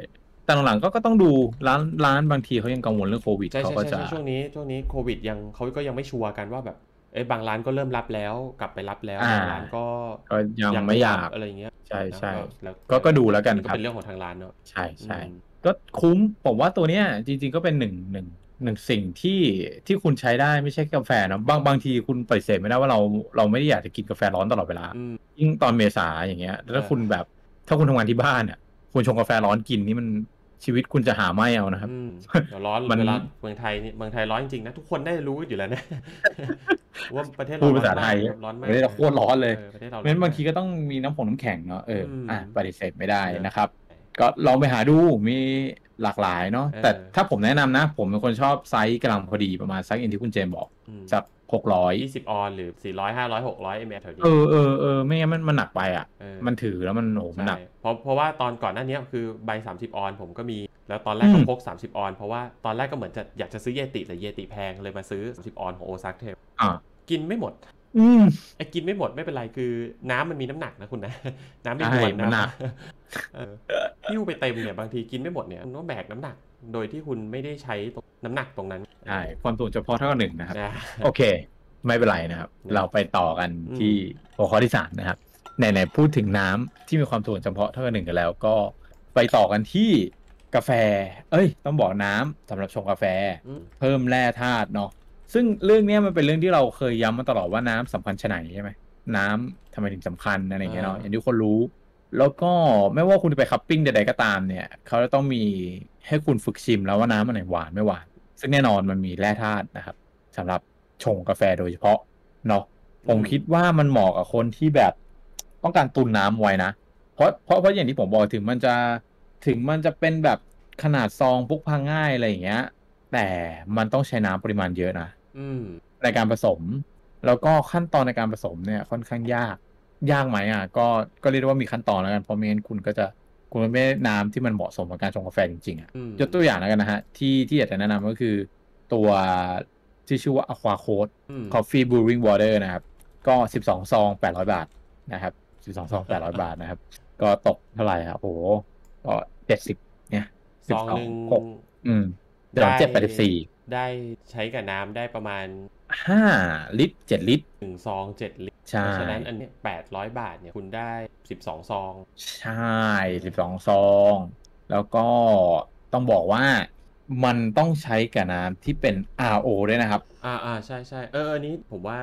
Speaker 2: แต่หลังๆก็ก็ต้องดูร้านร้านบางทีเขายังกังวลเรื่องโควิด
Speaker 1: ใช่
Speaker 2: เขา
Speaker 1: ใช่
Speaker 2: ก็
Speaker 1: ใช่
Speaker 2: จะ
Speaker 1: ใช่ช่วงนี้ช่วงนี้โควิดยังเขาก็ยังไม่ชัวร์กันว่าแบบเอ้ยบางร้านก็เริ่มรับแล้วกลับไปรับแล้ว
Speaker 2: อ่า
Speaker 1: บางร้านก็
Speaker 2: ก็ยังไม่อยาก
Speaker 1: อะไรอย่างเงี้ย
Speaker 2: ใช่ใช่
Speaker 1: นะแล้ว
Speaker 2: ก็ก็ดูแล้วกัน
Speaker 1: มัน
Speaker 2: ค
Speaker 1: ก็
Speaker 2: รับ
Speaker 1: เป็นเรื่องของทางร้านเนอะ
Speaker 2: ใช่ใช่
Speaker 1: อืม
Speaker 2: ก็คุ้มผมว่าตัวเนี้ยจริงๆก็เป็นหนึ่งหนึ่งหนึ่งสิ่งที่ที่คุณใช้ได้ไม่ใช่กาแฟเนอะบางบางทีคุณปฏิเสธไม่ได้ว่าเราเราไม่ได้อยากจะกินกาแฟร้อนตลอดเวลา
Speaker 1: อืม
Speaker 2: ยิ่งตอนเมษาอย่างเงี้ยแล้วถ้า
Speaker 1: เออ
Speaker 2: คุณแบบถ้าคุณทำงานที่บ้านอ่ะคุณชงกาแฟร้อนกินนี่มันชีวิตคุณจะหาไม่เอานะครับ
Speaker 1: อืมเดี๋ยวร้อน
Speaker 2: มัน
Speaker 1: เวลาเมืองไทยนี่เมืองไทยร้อนจริงๆนะ ทุกคนได้รู้อยู่แล้วนะ ว่าประเทศเร
Speaker 2: พูดภาษา
Speaker 1: ร้อนมก
Speaker 2: ไทย
Speaker 1: ครับร้อนมาก
Speaker 2: ประเทศเราโคตรร้อนเลย
Speaker 1: อประเทศเรา
Speaker 2: เพ
Speaker 1: ร้อ
Speaker 2: ราะฉะนั้น
Speaker 1: มก
Speaker 2: บางทีก็ต้องมีน้ำผงน้ำแข็งเนาะเอออ่ะ
Speaker 1: อืม
Speaker 2: ปฏิเสธไม่ได้นะครับ ก็ลองไปหาดูมีหลากหลายเนาะ
Speaker 1: เออ
Speaker 2: แต่ถ้าผมแนะนำนะ ผมเป็นคนชอบไซส์กำลังพอดีประมาณสักอย่างที่คุณเจมส์บอก
Speaker 1: อืม
Speaker 2: สักหกร้อย
Speaker 1: ยี่สิบออนหรือสี่ร้อยห้าร้อยหกร้อยมลแถวนี้
Speaker 2: เออเออเออไม่งั้นมันมันหนักไปอ่ะ
Speaker 1: เออ
Speaker 2: มันถือแล้วมันโอ้โหมันห
Speaker 1: ใช่
Speaker 2: นัก
Speaker 1: เพราะเพราะว่าตอนก่อนหน้านี้คือใบ 30 ออนผมก็มี แล้วตอนแรก
Speaker 2: อืม
Speaker 1: ก็พก 30 ออน เพราะว่าตอนแรกก็เหมือนจะอยากจะซื้อเยติแต่เยติแพงเลยมาซื้อ 30 ออนของโอซักเทล
Speaker 2: อ่ะ
Speaker 1: กินไม่หมด
Speaker 2: อืม
Speaker 1: ไอ้กินไม่หมดไม่เป็นไรคือน้ำมันมีน้ำหนักนะคุณนะ น้ำมี
Speaker 2: ใช่
Speaker 1: นวล
Speaker 2: มันหนั
Speaker 1: นะ
Speaker 2: ก
Speaker 1: เออหิ้วไปเต็มเนี่ยบางทีกินไม่หมดเนี่ยคุณต้องแบกน้ำหนัก โดยที่คุณไม่ได้ใช้ตรงน้ำหนักตรงนั้น
Speaker 2: ใช่ความสูงเฉพาะเท่ากับหนึ่งนะครับ
Speaker 1: นะ
Speaker 2: โอเค ไม่เป็นไรนะครับ เราไปต่อกัน
Speaker 1: อืม
Speaker 2: ที่หัวข้อที่สามนะครับไหนๆพูดถึงน้ำที่มีความสูงเฉพาะเท่ากับหนึ่งกันแล้วก็ไปต่อกันที่กาแฟ เอ้ย ต้องบอกน้ำสำหรับชงกาแฟ
Speaker 1: อืม
Speaker 2: เพิ่มแร่ธาตุเนาะซึ่งเรื่องเนี้ยมันเป็นเรื่องที่เราเคยย้ำมาตลอดว่าน้ำสำคัญชะไหนใช่ไหมน้ำทำไมถึงสำคัญอะไรอย่างเงี้ยเนาะอย่างที่คนรู้ แล้วก็ไม่ว่าคุณจะไปคัพปิ้งใดๆก็ตามเนี่ย เขาจะต้องมีให้คุณฝึกชิมแล้วว่าน้ำมันไหนหวานไม่หวาน ซึ่งแน่นอนมันมีแร่ธาตุนะครับสำหรับชงกาแฟโดยเฉพาะเนาะผมคิดว่ามันเหมาะกับคนที่แบบต้องการตุนน้ำไว้นะ เพราะเพราะเพราะอย่างที่ผมบอกถึงมันจะถึงมันจะเป็นแบบขนาดซองพกพาง่ายอะไรอย่างเงี้ย แต่มันต้องใช้น้ำปริมาณเยอะนะ
Speaker 1: อืม
Speaker 2: ในการผสม แล้วก็ขั้นตอนในการผสมเนี่ยค่อนข้างยาก ยากไหมอ่ะ ก็ก็เรียกได้ว่ามีขั้นตอนแล้วกันเพราะไม่งั้นคุณก็จะคุณไม่ได้น้ำที่มันเหมาะสมกับการชงกาแฟจริงๆอ่ะ
Speaker 1: อืม
Speaker 2: ยกตัวอย่างแล้วกันนะฮะ ที่ที่อยากจะแนะนำก็คือ ตัวที่ชื่อว่า Aqua Code
Speaker 1: อืม
Speaker 2: Coffee Brewing Water นะครับ ก็ 12 ซอง 800 บาทนะครับ12 ซอง 800 บาทนะครับ ก็ตกเท่าไหร่ครับโอ้โหก็ 70 เนี่ย
Speaker 1: ซองหนึ่ง
Speaker 2: 12หกอืมเดี๋ยวเจ็ดแปดสิบสี่
Speaker 1: ได้ใช้กับน้ำได้ประมาณ
Speaker 2: ห้าลิตรเจ็ดลิตร
Speaker 1: หนึ่งซองเจ็ดลิตร
Speaker 2: ใช่
Speaker 1: เพราะฉะนั้นอันเนี้แปดร้อย800 บาทเนี่ยคุณได้สิบสองซอง
Speaker 2: ใช่สิบสองซอง แล้วก็ต้องบอกว่ามันต้องใช้กับน้ำที่เป็น RO ด้วยนะครับ
Speaker 1: อ่าอ่าใช่ใช่เอออันนี้ผมว่า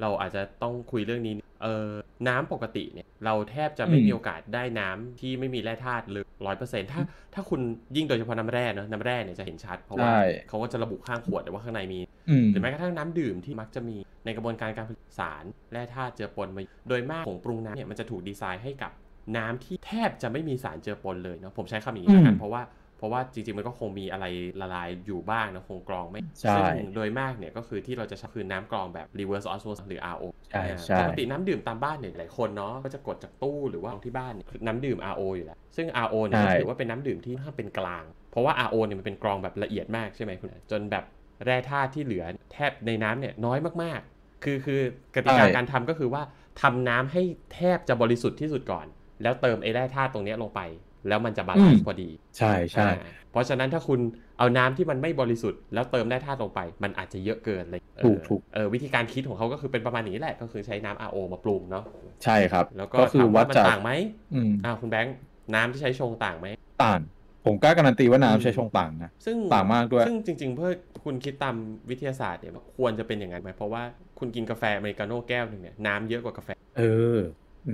Speaker 1: เราอาจจะต้องคุยเรื่องนี้เออน้ำปกติเนี่ย เราแทบจะไม่
Speaker 2: อืม
Speaker 1: มีโอกาสได้น้ำที่ไม่มีแร่ธาตุเลยร้อยเปอร์เซ็นต์ถ้าถ้าคุณยิ่งโดยเฉพาะน้ำแร่เนอะน้ำแร่เนี่ยจะเห็นชัด เพราะว่า
Speaker 2: ใช่
Speaker 1: เขาก็จะระบุข้างขวดเลยว่าข้างในมี
Speaker 2: อืม
Speaker 1: หรือแม้กระทั่งน้ำดื่มที่มักจะมีในกระบวนการการผลิตสารแร่ธาตุเจือปนมาโดยมากผงปรุงน้ำเนี่ยมันจะถูกดีไซน์ให้กับน้ำที่แทบจะไม่มีสารเจือปนเลยเนาะผมใช้คำอย่างนี้ละกั
Speaker 2: อื
Speaker 1: น
Speaker 2: ม
Speaker 1: เพราะว่าเพราะว่าจริงๆมันก็คงมีอะไรละลายอยู่บ้างนะคงกรองไม่
Speaker 2: ใช่
Speaker 1: ซึ่งโดยมากเนี่ยก็คือที่เราจะใช้คือน้ำกรองแบบ reverse osmosis หรือ RO
Speaker 2: ใช่ใช่
Speaker 1: ปกติน้ำดื่มตามบ้านเนี่ยหลายคนเนาะก็จะกดจากตู้หรือว่าที่บ้านเนี่ยคือน้ำดื่ม RO อยู่แล้วซึ่ง RO เนี่ยก็
Speaker 2: ใช่
Speaker 1: ถือว่าเป็นน้ำดื่มที่ค่อนข้างเป็นกลาง เพราะว่า RO เนี่ยมันเป็นกรองแบบละเอียดมากใช่ไหมคุณจนแบบ แร่ธาตุที่เหลือแทบในน้ำเนี่ยน้อยมากๆ คือคือกติกา
Speaker 2: ใช่
Speaker 1: การทำก็คือว่าทำน้ำให้แทบจะบริสุทธิ์ที่สุดก่อน แล้วเติมไอ้แร่ธาตุตรงเนี้ยลงไป แล้วมันจะบาลานซ์พอดี
Speaker 2: ใช่ใช่
Speaker 1: อ่าเพราะฉะนั้นถ้าคุณเอาน้ำที่มันไม่บริสุทธิ์แล้วเติมแร่ธาตุลงไป มันอาจจะเยอะเกินเลยเออ
Speaker 2: ถูกถูก
Speaker 1: เออวิธีการคิดของเขาก็คือเป็นประมาณนี้แหละก็คือใช้น้ำ RO มาปรุงเนาะ
Speaker 2: ใช่ครับ
Speaker 1: แล้วก็
Speaker 2: ก็คือ
Speaker 1: ถาม
Speaker 2: วัด
Speaker 1: มัน
Speaker 2: จาก
Speaker 1: ต่างไหม
Speaker 2: อืม
Speaker 1: อ่าคุณแบงค์น้ำที่ใช้ชงต่างไหม
Speaker 2: ต่าง ผมกล้าการันตีว่า
Speaker 1: อืม
Speaker 2: น้ำใช้ชงต่างนะ
Speaker 1: ซึ่ง
Speaker 2: ต่างมากด้วย
Speaker 1: ซึ่งจริง ๆ เพื่อคุณคิดตามวิทยาศาสตร์เนี่ยควรจะเป็นอย่างนั้นไหมเพราะว่าคุณกินกาแฟอเมริกาโน่แก้วหนึ่งเนี่ยน้ำเยอะกว่ากาแฟ
Speaker 2: เออ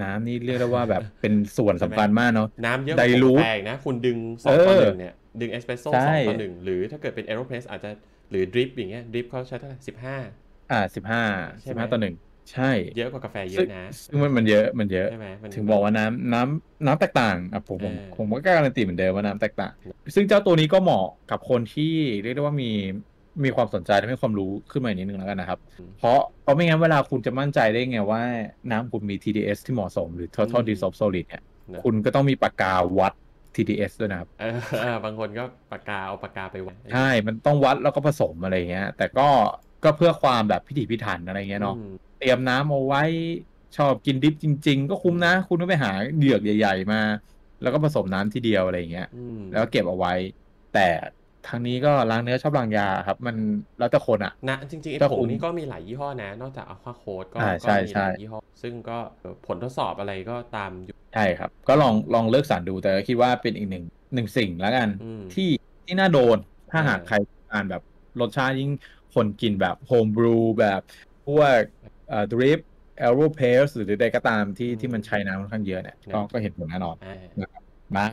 Speaker 2: น้ำนี่เรียกได้ว่าแบบ เป็นส่วนสำคัญมากเนาะ
Speaker 1: น้ำเยอะกว่า
Speaker 2: Dilute
Speaker 1: กาแฟอีกนะ คุณดึงสองต่อ
Speaker 2: เอ
Speaker 1: ห
Speaker 2: อ
Speaker 1: นึ่งเนี่ย ดึงเอสเปรสโซ่
Speaker 2: ใช่
Speaker 1: สองต่อหนึ่งหรือถ้าเกิดเป็นเอโรเพรสอาจจะหรือดริปอย่างเงี้ยดริปเขาใช้เท่าไหร่สิบห้า
Speaker 2: อ่าสิบห้า
Speaker 1: ใช่
Speaker 2: สิบ
Speaker 1: ไหม
Speaker 2: ห้าต่อหนึ่งใช่
Speaker 1: เยอะกว่ากาแฟเย
Speaker 2: ซึ่
Speaker 1: อะ
Speaker 2: ง
Speaker 1: นะ
Speaker 2: ซึ่งมันมันเยอะมันเยอะ
Speaker 1: ใช่ไหมมัน
Speaker 2: ถึงบอกว่าน้ำน้ำน้ำแตกต่างอ่ะผมผม
Speaker 1: เออ
Speaker 2: ผมก็การันตีเหมือนเดิมว่าน้ำแตกต่าง ซึ่งเจ้าตัวนี้ก็เหมาะกับคนที่เรียกได้ว่ามีมีความสนใจและมีความรู้ขึ้นมาอีกนิดนึงแล้วกันนะครับ เพราะเพราะไม่งั้นเวลาคุณจะมั่นใจได้ไงว่าน้ำคุณมี TDS ที่เหมาะสมหรือ Total
Speaker 1: อืม
Speaker 2: Dissolved Solid เนี่ย
Speaker 1: เนอะ
Speaker 2: คุณก็ต้องมีปากกาวัด TDS ด้วยนะครับ
Speaker 1: เออเอ อบางคนก็ปากกาเอาปากกาไปวัด
Speaker 2: ใช่ มันต้องวัดแล้วก็ผสมอะไรเงี้ย แต่ก็ก็เพื่อความแบบพิถีพิถันอะไรเงี้ยเนาะ
Speaker 1: อืม
Speaker 2: เตรียมน้ำเอาไว้ชอบกินดิบจริง ๆ ก็คุ้มนะ คุณต้องไปหาเหยือกใหญ่ ๆ มา แล้วก็ผสมน้ำทีเดียวอะไรอย่างเงี้ย
Speaker 1: อืม
Speaker 2: แล้วก็เก็บเอาไว้ แต่ทางนี้ก็ล้างเนื้อชอบล้างยาครับ มันแล้วแต่คนอ่ะ
Speaker 1: นะจริงๆไอ้
Speaker 2: เจ้า
Speaker 1: ผ
Speaker 2: คุ
Speaker 1: ง
Speaker 2: ณ
Speaker 1: นี่ก็มีหลายยี่ห้อนะ นอกจากอควาโคดก็
Speaker 2: อ่า
Speaker 1: ก็
Speaker 2: ใช่
Speaker 1: มี
Speaker 2: ใช่
Speaker 1: หลายยี่ห้อ ซึ่งก็ผลทดสอบอะไรก็ตามอยู่
Speaker 2: ใช่ครับ ก็ลองลองเลิกสารดูแต่ก็คิดว่าเป็นอีกหนึ่งหนึ่งสิ่งแล้วกัน
Speaker 1: อืม
Speaker 2: ที่ที่น่าโดนถ้า
Speaker 1: อ่า
Speaker 2: หากใครอ่านแบบรสชาติยิ่งคนกินแบบโฮมบรูแบบพวกเอ่อดริปแอโรเพสหรือใดก็ตามที่ที่มันใช้น้ำค่อนข้างเยอะเนี่ยก็ก็เห็นผลแน่นอน
Speaker 1: อ่า
Speaker 2: มา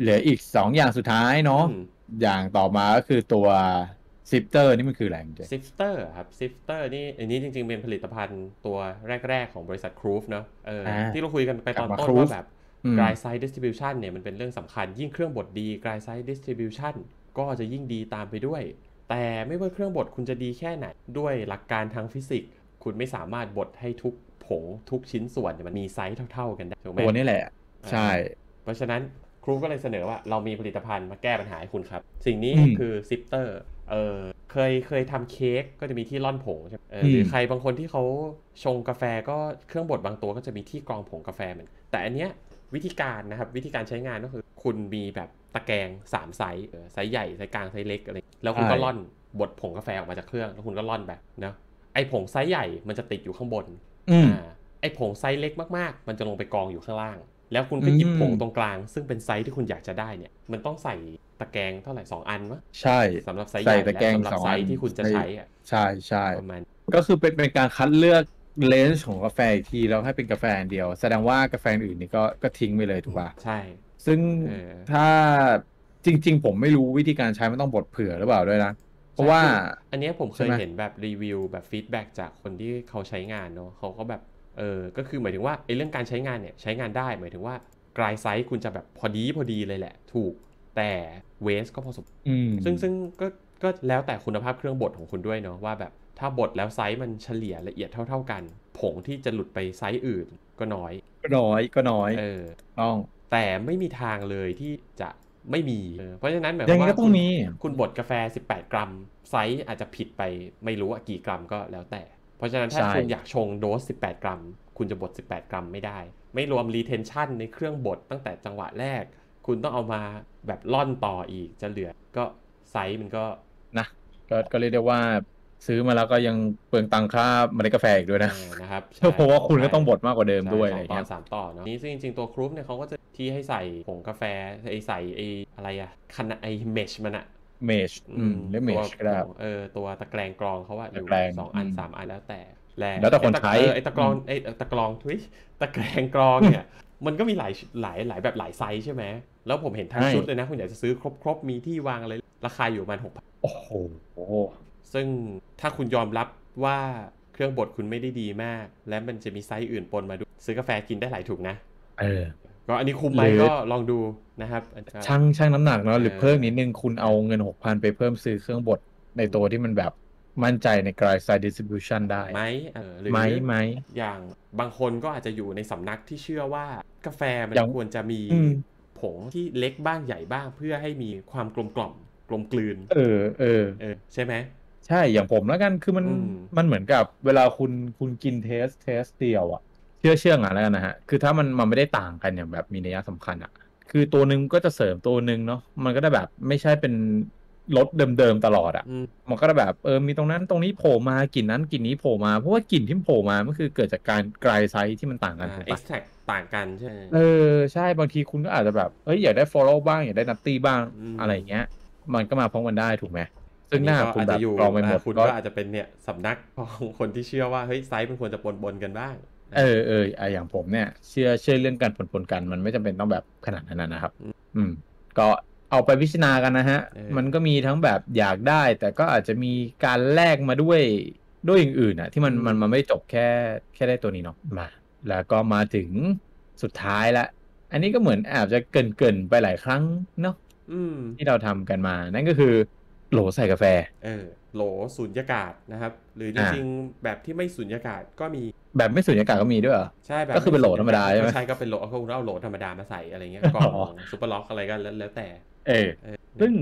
Speaker 2: เหลืออีกสองอย่างสุดท้ายเนาะ
Speaker 1: อืม
Speaker 2: อย่างต่อมาก็คือตัวซิปเตอร์นี่มันคืออะไรคุณเจ
Speaker 1: ซิฟเตอร์ครับซิฟเตอร์นี่อันนี้จริงๆ เป็นผลิตภัณฑ์ตัวแรก ๆ ของบริษัทครูฟเนอะเออ
Speaker 2: อ่า
Speaker 1: ที่เราคุยกันไปตอน
Speaker 2: กลับมา
Speaker 1: ต้น
Speaker 2: Kroof
Speaker 1: ว่าแบบ
Speaker 2: อืม
Speaker 1: dry side distribution เนี่ยมันเป็นเรื่องสำคัญยิ่งเครื่องบดดี dry side distribution ก็จะยิ่งดีตามไปด้วย แต่ไม่ว่าเครื่องบดคุณจะดีแค่ไหน ด้วยหลักการทางฟิสิกส์ คุณไม่สามารถบดให้ทุกผงทุกชิ้นส่วนเนี่ยมันมีไซส์เท่า ๆ กันได้ถูกไหม
Speaker 2: ตัวนี่แหละ ใช่
Speaker 1: เพราะฉะนั้นครูก็เลยเสนอว่าเรามีผลิตภัณฑ์มาแก้ปัญหาให้คุณครับ สิ่งนี้
Speaker 2: อืม
Speaker 1: คือซิปเตอร์เออเคยเคยทำเค้กก็จะมีที่ร่อนผงใช่ไหมเอออ
Speaker 2: ม
Speaker 1: หรือใครบางคนที่เขาชงกาแฟก็เครื่องบดบางตัวก็จะมีที่กรองผงกาแฟเหมือนแต่อันเนี้ยวิธีการนะครับ วิธีการใช้งานก็คือ คุณมีแบบตะแกรงสามไซส์เออไซส์ใหญ่ไซส์กลางไซส์เล็กอะไรแล้วคุณก็ร่อนบดผงกาแฟออกมาจากเครื่องแล้วคุณก็ร่อนแบบเนาะไอผงไซส์ใหญ่มันจะติดอยู่ข้างบน
Speaker 2: อืม
Speaker 1: อ่าไอผงไซส์เล็กมากๆ มันจะลงไปกองอยู่ข้างล่าง แล้วคุณก็หยิบ
Speaker 2: อืม
Speaker 1: ผงตรงกลาง ซึ่งเป็นไซส์ที่คุณอยากจะได้เนี่ย มันต้องใส่ตะแกรงเท่าไหร่ 2 อันวะ
Speaker 2: ใช่
Speaker 1: สำหรับไซส์ให
Speaker 2: ใส่
Speaker 1: ญ่
Speaker 2: ตะ
Speaker 1: และ
Speaker 2: แกรง
Speaker 1: สำหรับ
Speaker 2: สอง
Speaker 1: ไซ
Speaker 2: อัน
Speaker 1: ส์ที่คุณจะใช้อะ
Speaker 2: ใช่ใช่
Speaker 1: ประมาณ
Speaker 2: ก็คือเป็นเป็นการคัดเลือกเลนส์ของกาแฟอีกทีแล้วให้เป็นกาแฟอันเดียว แสดงว่ากาแฟอื่นนี่ก็ก็ทิ้งไปเลยถูกป่ะ
Speaker 1: ใช่
Speaker 2: ซึ่ง
Speaker 1: เออ
Speaker 2: ถ้าจริง ๆ ผมไม่รู้วิธีการใช้มันต้องบดเผื่อหรือเปล่าด้วยนะ เพราะว่า
Speaker 1: อันเนี้ยผมเคย
Speaker 2: ใช่ไหม
Speaker 1: เห็นแบบรีวิวแบบฟีดแบ็กจากคนที่เขาใช้งานเนาะเขาก็แบบเออก็คือหมายถึงว่าไอ้เรื่องการใช้งานเนี่ยใช้งานได้หมายถึงว่ากลายไซส์คุณจะแบบพอดีพอดีเลยแหละ ถูกแต่เวสก็พอสม
Speaker 2: อืม
Speaker 1: ซึ่งซึ่งก็ก็แล้วแต่คุณภาพเครื่องบดของคุณด้วยเนาะว่าแบบถ้าบดแล้วไซส์มันเฉลี่ยละเอียดเท่า ๆกัน ผงที่จะหลุดไปไซส์อื่นก็น้อย
Speaker 2: ก็น้อยก็น้อย
Speaker 1: เออ
Speaker 2: ต้อง
Speaker 1: แต่ไม่มีทางเลยที่จะไม่มีเออเพราะฉะนั้นหมายค
Speaker 2: ยั
Speaker 1: วาม
Speaker 2: งไง
Speaker 1: ว่า
Speaker 2: ก็ต้อง
Speaker 1: คุณ
Speaker 2: มี
Speaker 1: คุณบดกาแฟ 18 กรัม ไซส์อาจจะผิดไปไม่รู้ว่ากี่กรัมก็แล้วแต่ เพราะฉะนั้นถ้า
Speaker 2: ใช่
Speaker 1: คุณอยากชงโดส 18 กรัม คุณจะบด 18 กรัมไม่ได้ ไม่รวม retention ในเครื่องบดตั้งแต่จังหวะแรก คุณต้องเอามาแบบล่อนต่ออีกจะเหลือก็ไซส์มันก็
Speaker 2: นะก็ก็เรียกได้ว่าซื้อมาแล้วก็ยังเปลืองตังค่าเมล็ดกาแฟอีกด้วยนะ
Speaker 1: เออนะครับใช่
Speaker 2: เพราะว่าคุณก็ต้องบดมากกว่าเดิมด้วย
Speaker 1: ใช่
Speaker 2: อะ
Speaker 1: สอ
Speaker 2: ไร
Speaker 1: งต่อย
Speaker 2: เงี้
Speaker 1: สามต่อเนาะนี่ซึ่งจริงๆ ตัวครูฟเนี่ยเขาก็จะที่ให้ใส่ผงกาแฟไอใส่ไออะไรอะขนาดไอเมชมันอะ
Speaker 2: เมชอืมหรือเม
Speaker 1: ตั
Speaker 2: ช
Speaker 1: ว
Speaker 2: ก็ได้
Speaker 1: เออตัวตะแกรงกรองเขาว่าอยู่
Speaker 2: ตะแกรง
Speaker 1: สองอัน
Speaker 2: อืม
Speaker 1: สามอันแล้วแต่
Speaker 2: แล้วแต่คนใช้
Speaker 1: เออไอตะกรองไอตะกรองทุยตะแกรงกรองเนี่ย มันก็มีหลายหลายหลายแบบหลายไซส์ใช่ไหม แล้วผมเห็นทั้ง
Speaker 2: ใช่
Speaker 1: ชุดเลยนะ คุณอยากจะซื้อครบครบๆมีที่วางเลยราคาอยู่ประมาณหกพัน
Speaker 2: โอ้โห
Speaker 1: ซึ่งถ้าคุณยอมรับว่าเครื่องบดคุณไม่ได้ดีมาก และมันจะมีไซส์อื่นปนมาด้วยซื้อกาแฟกินได้หลายถุงนะ
Speaker 2: เออ
Speaker 1: ก็อันนี้คุ้มไหม
Speaker 2: หรือ
Speaker 1: ก็ลองดูนะครับอันก็
Speaker 2: ช่างช่างน้ำหนักเนาะหรือ
Speaker 1: เออ
Speaker 2: เพิ่มนิดนึงคุณเอาเงินหกพันไปเพิ่มซื้อเครื่องบดในตัวที่มันแบบมั่นใจในกลายไซดิสติบิวชันได้
Speaker 1: ไหมเออหรือ
Speaker 2: ไหมไหม
Speaker 1: อย่างบางคนก็อาจจะอยู่ในสำนักที่เชื่อว่ากาแฟมัน
Speaker 2: อย่าง
Speaker 1: ควรจะมี
Speaker 2: อืม
Speaker 1: ผงที่เล็กบ้างใหญ่บ้างเพื่อให้มีความกลมกล่อมกลมกลืน
Speaker 2: เออเออ
Speaker 1: เออใช่ไหม
Speaker 2: ใช่ อย่างผมแล้วกัน คือมัน
Speaker 1: อืม
Speaker 2: มันเหมือนกับเวลาคุณ คุณกินเทส เทสเดียวอะเชื่อเชื่องอ่ะแล้วกันนะฮะ คือถ้ามัน มันไม่ได้ต่างกันอย่างแบบมีนัยสำคัญอะคือตัวหนึ่งก็จะเสริมตัวหนึ่งเนาะ มันก็ได้แบบไม่ใช่เป็นรสเดิมๆตลอดอะ
Speaker 1: อืม
Speaker 2: มันก็ได้แบบ เออ มีตรงนั้นตรงนี้โผล่มากลิ่นนั้นกลิ่นนี้โผล่มา เพราะว่ากลิ่นที่โผล่มา มันคือเกิดจากการกลายไซส์ที่มันต่างกันถูก
Speaker 1: เอ็
Speaker 2: ปะ
Speaker 1: กซ์แทต่างกันใช่ไหม
Speaker 2: เออ ใช่ บางทีคุณก็อาจจะแบบ เอ้ย อยากได้ฟอลโล่บ้าง อยากได้นัตตี้บ้าง
Speaker 1: อืม
Speaker 2: อะไรอย่างเงี้ย มันก็มาพร้อมกันได้ถูกไหมซึ่งหน้า
Speaker 1: อัก็
Speaker 2: คุณ
Speaker 1: อาจ
Speaker 2: แบบ
Speaker 1: จะอยู่
Speaker 2: กรองไปหมด
Speaker 1: ะคุณก็อาจจะเป็นเนี่ยสำนัก ของคนที่เชื่อว่าเฮ้ยไซส์มันควรจะปนปนๆกันบ้าง
Speaker 2: เออเอออะอย่างผมเนี่ย เชื่อเชื่อเรื่องการผลผลกันมันไม่จำเป็นต้องแบบขนาดนั้นนะนะครับ อืม ก็เอาไปพิจารณากันนะฮะ มันก็มีทั้งแบบอยากได้ แต่ก็อาจจะมีการแลกมาด้วยด้วยอย่างอื่นอะที่มันมันมันไม่จบแค่แค่ได้ตัวนี้เนาะมา แล้วก็มาถึงสุดท้ายละ อันนี้ก็เหมือนแอบจะเกินเกินๆไปหลายครั้งเนาะ
Speaker 1: อืม
Speaker 2: ที่เราทำกันมา นั่นก็คือโหลใส่กาแฟ
Speaker 1: เออโหลสุญญากาศนะครับ หรือจ
Speaker 2: อ่า
Speaker 1: ริงๆแบบที่ไม่สุญญากาศก็มี
Speaker 2: แบบไม่สุญญากาศก็มีด้วยเหรอ
Speaker 1: ใช่แบบ
Speaker 2: ก็คือเป็นโหลธรรมดาใช่ไหม
Speaker 1: ก็ใช่ก็เป็นโหลเอาก็เอาโหลธรรมดามาใส่อะไรเงี้ยกล่อง
Speaker 2: อ๋อ
Speaker 1: ซุปเปอร์ล็อกอะไรก็แล้วแล้วแต่
Speaker 2: เออ ซึ่ง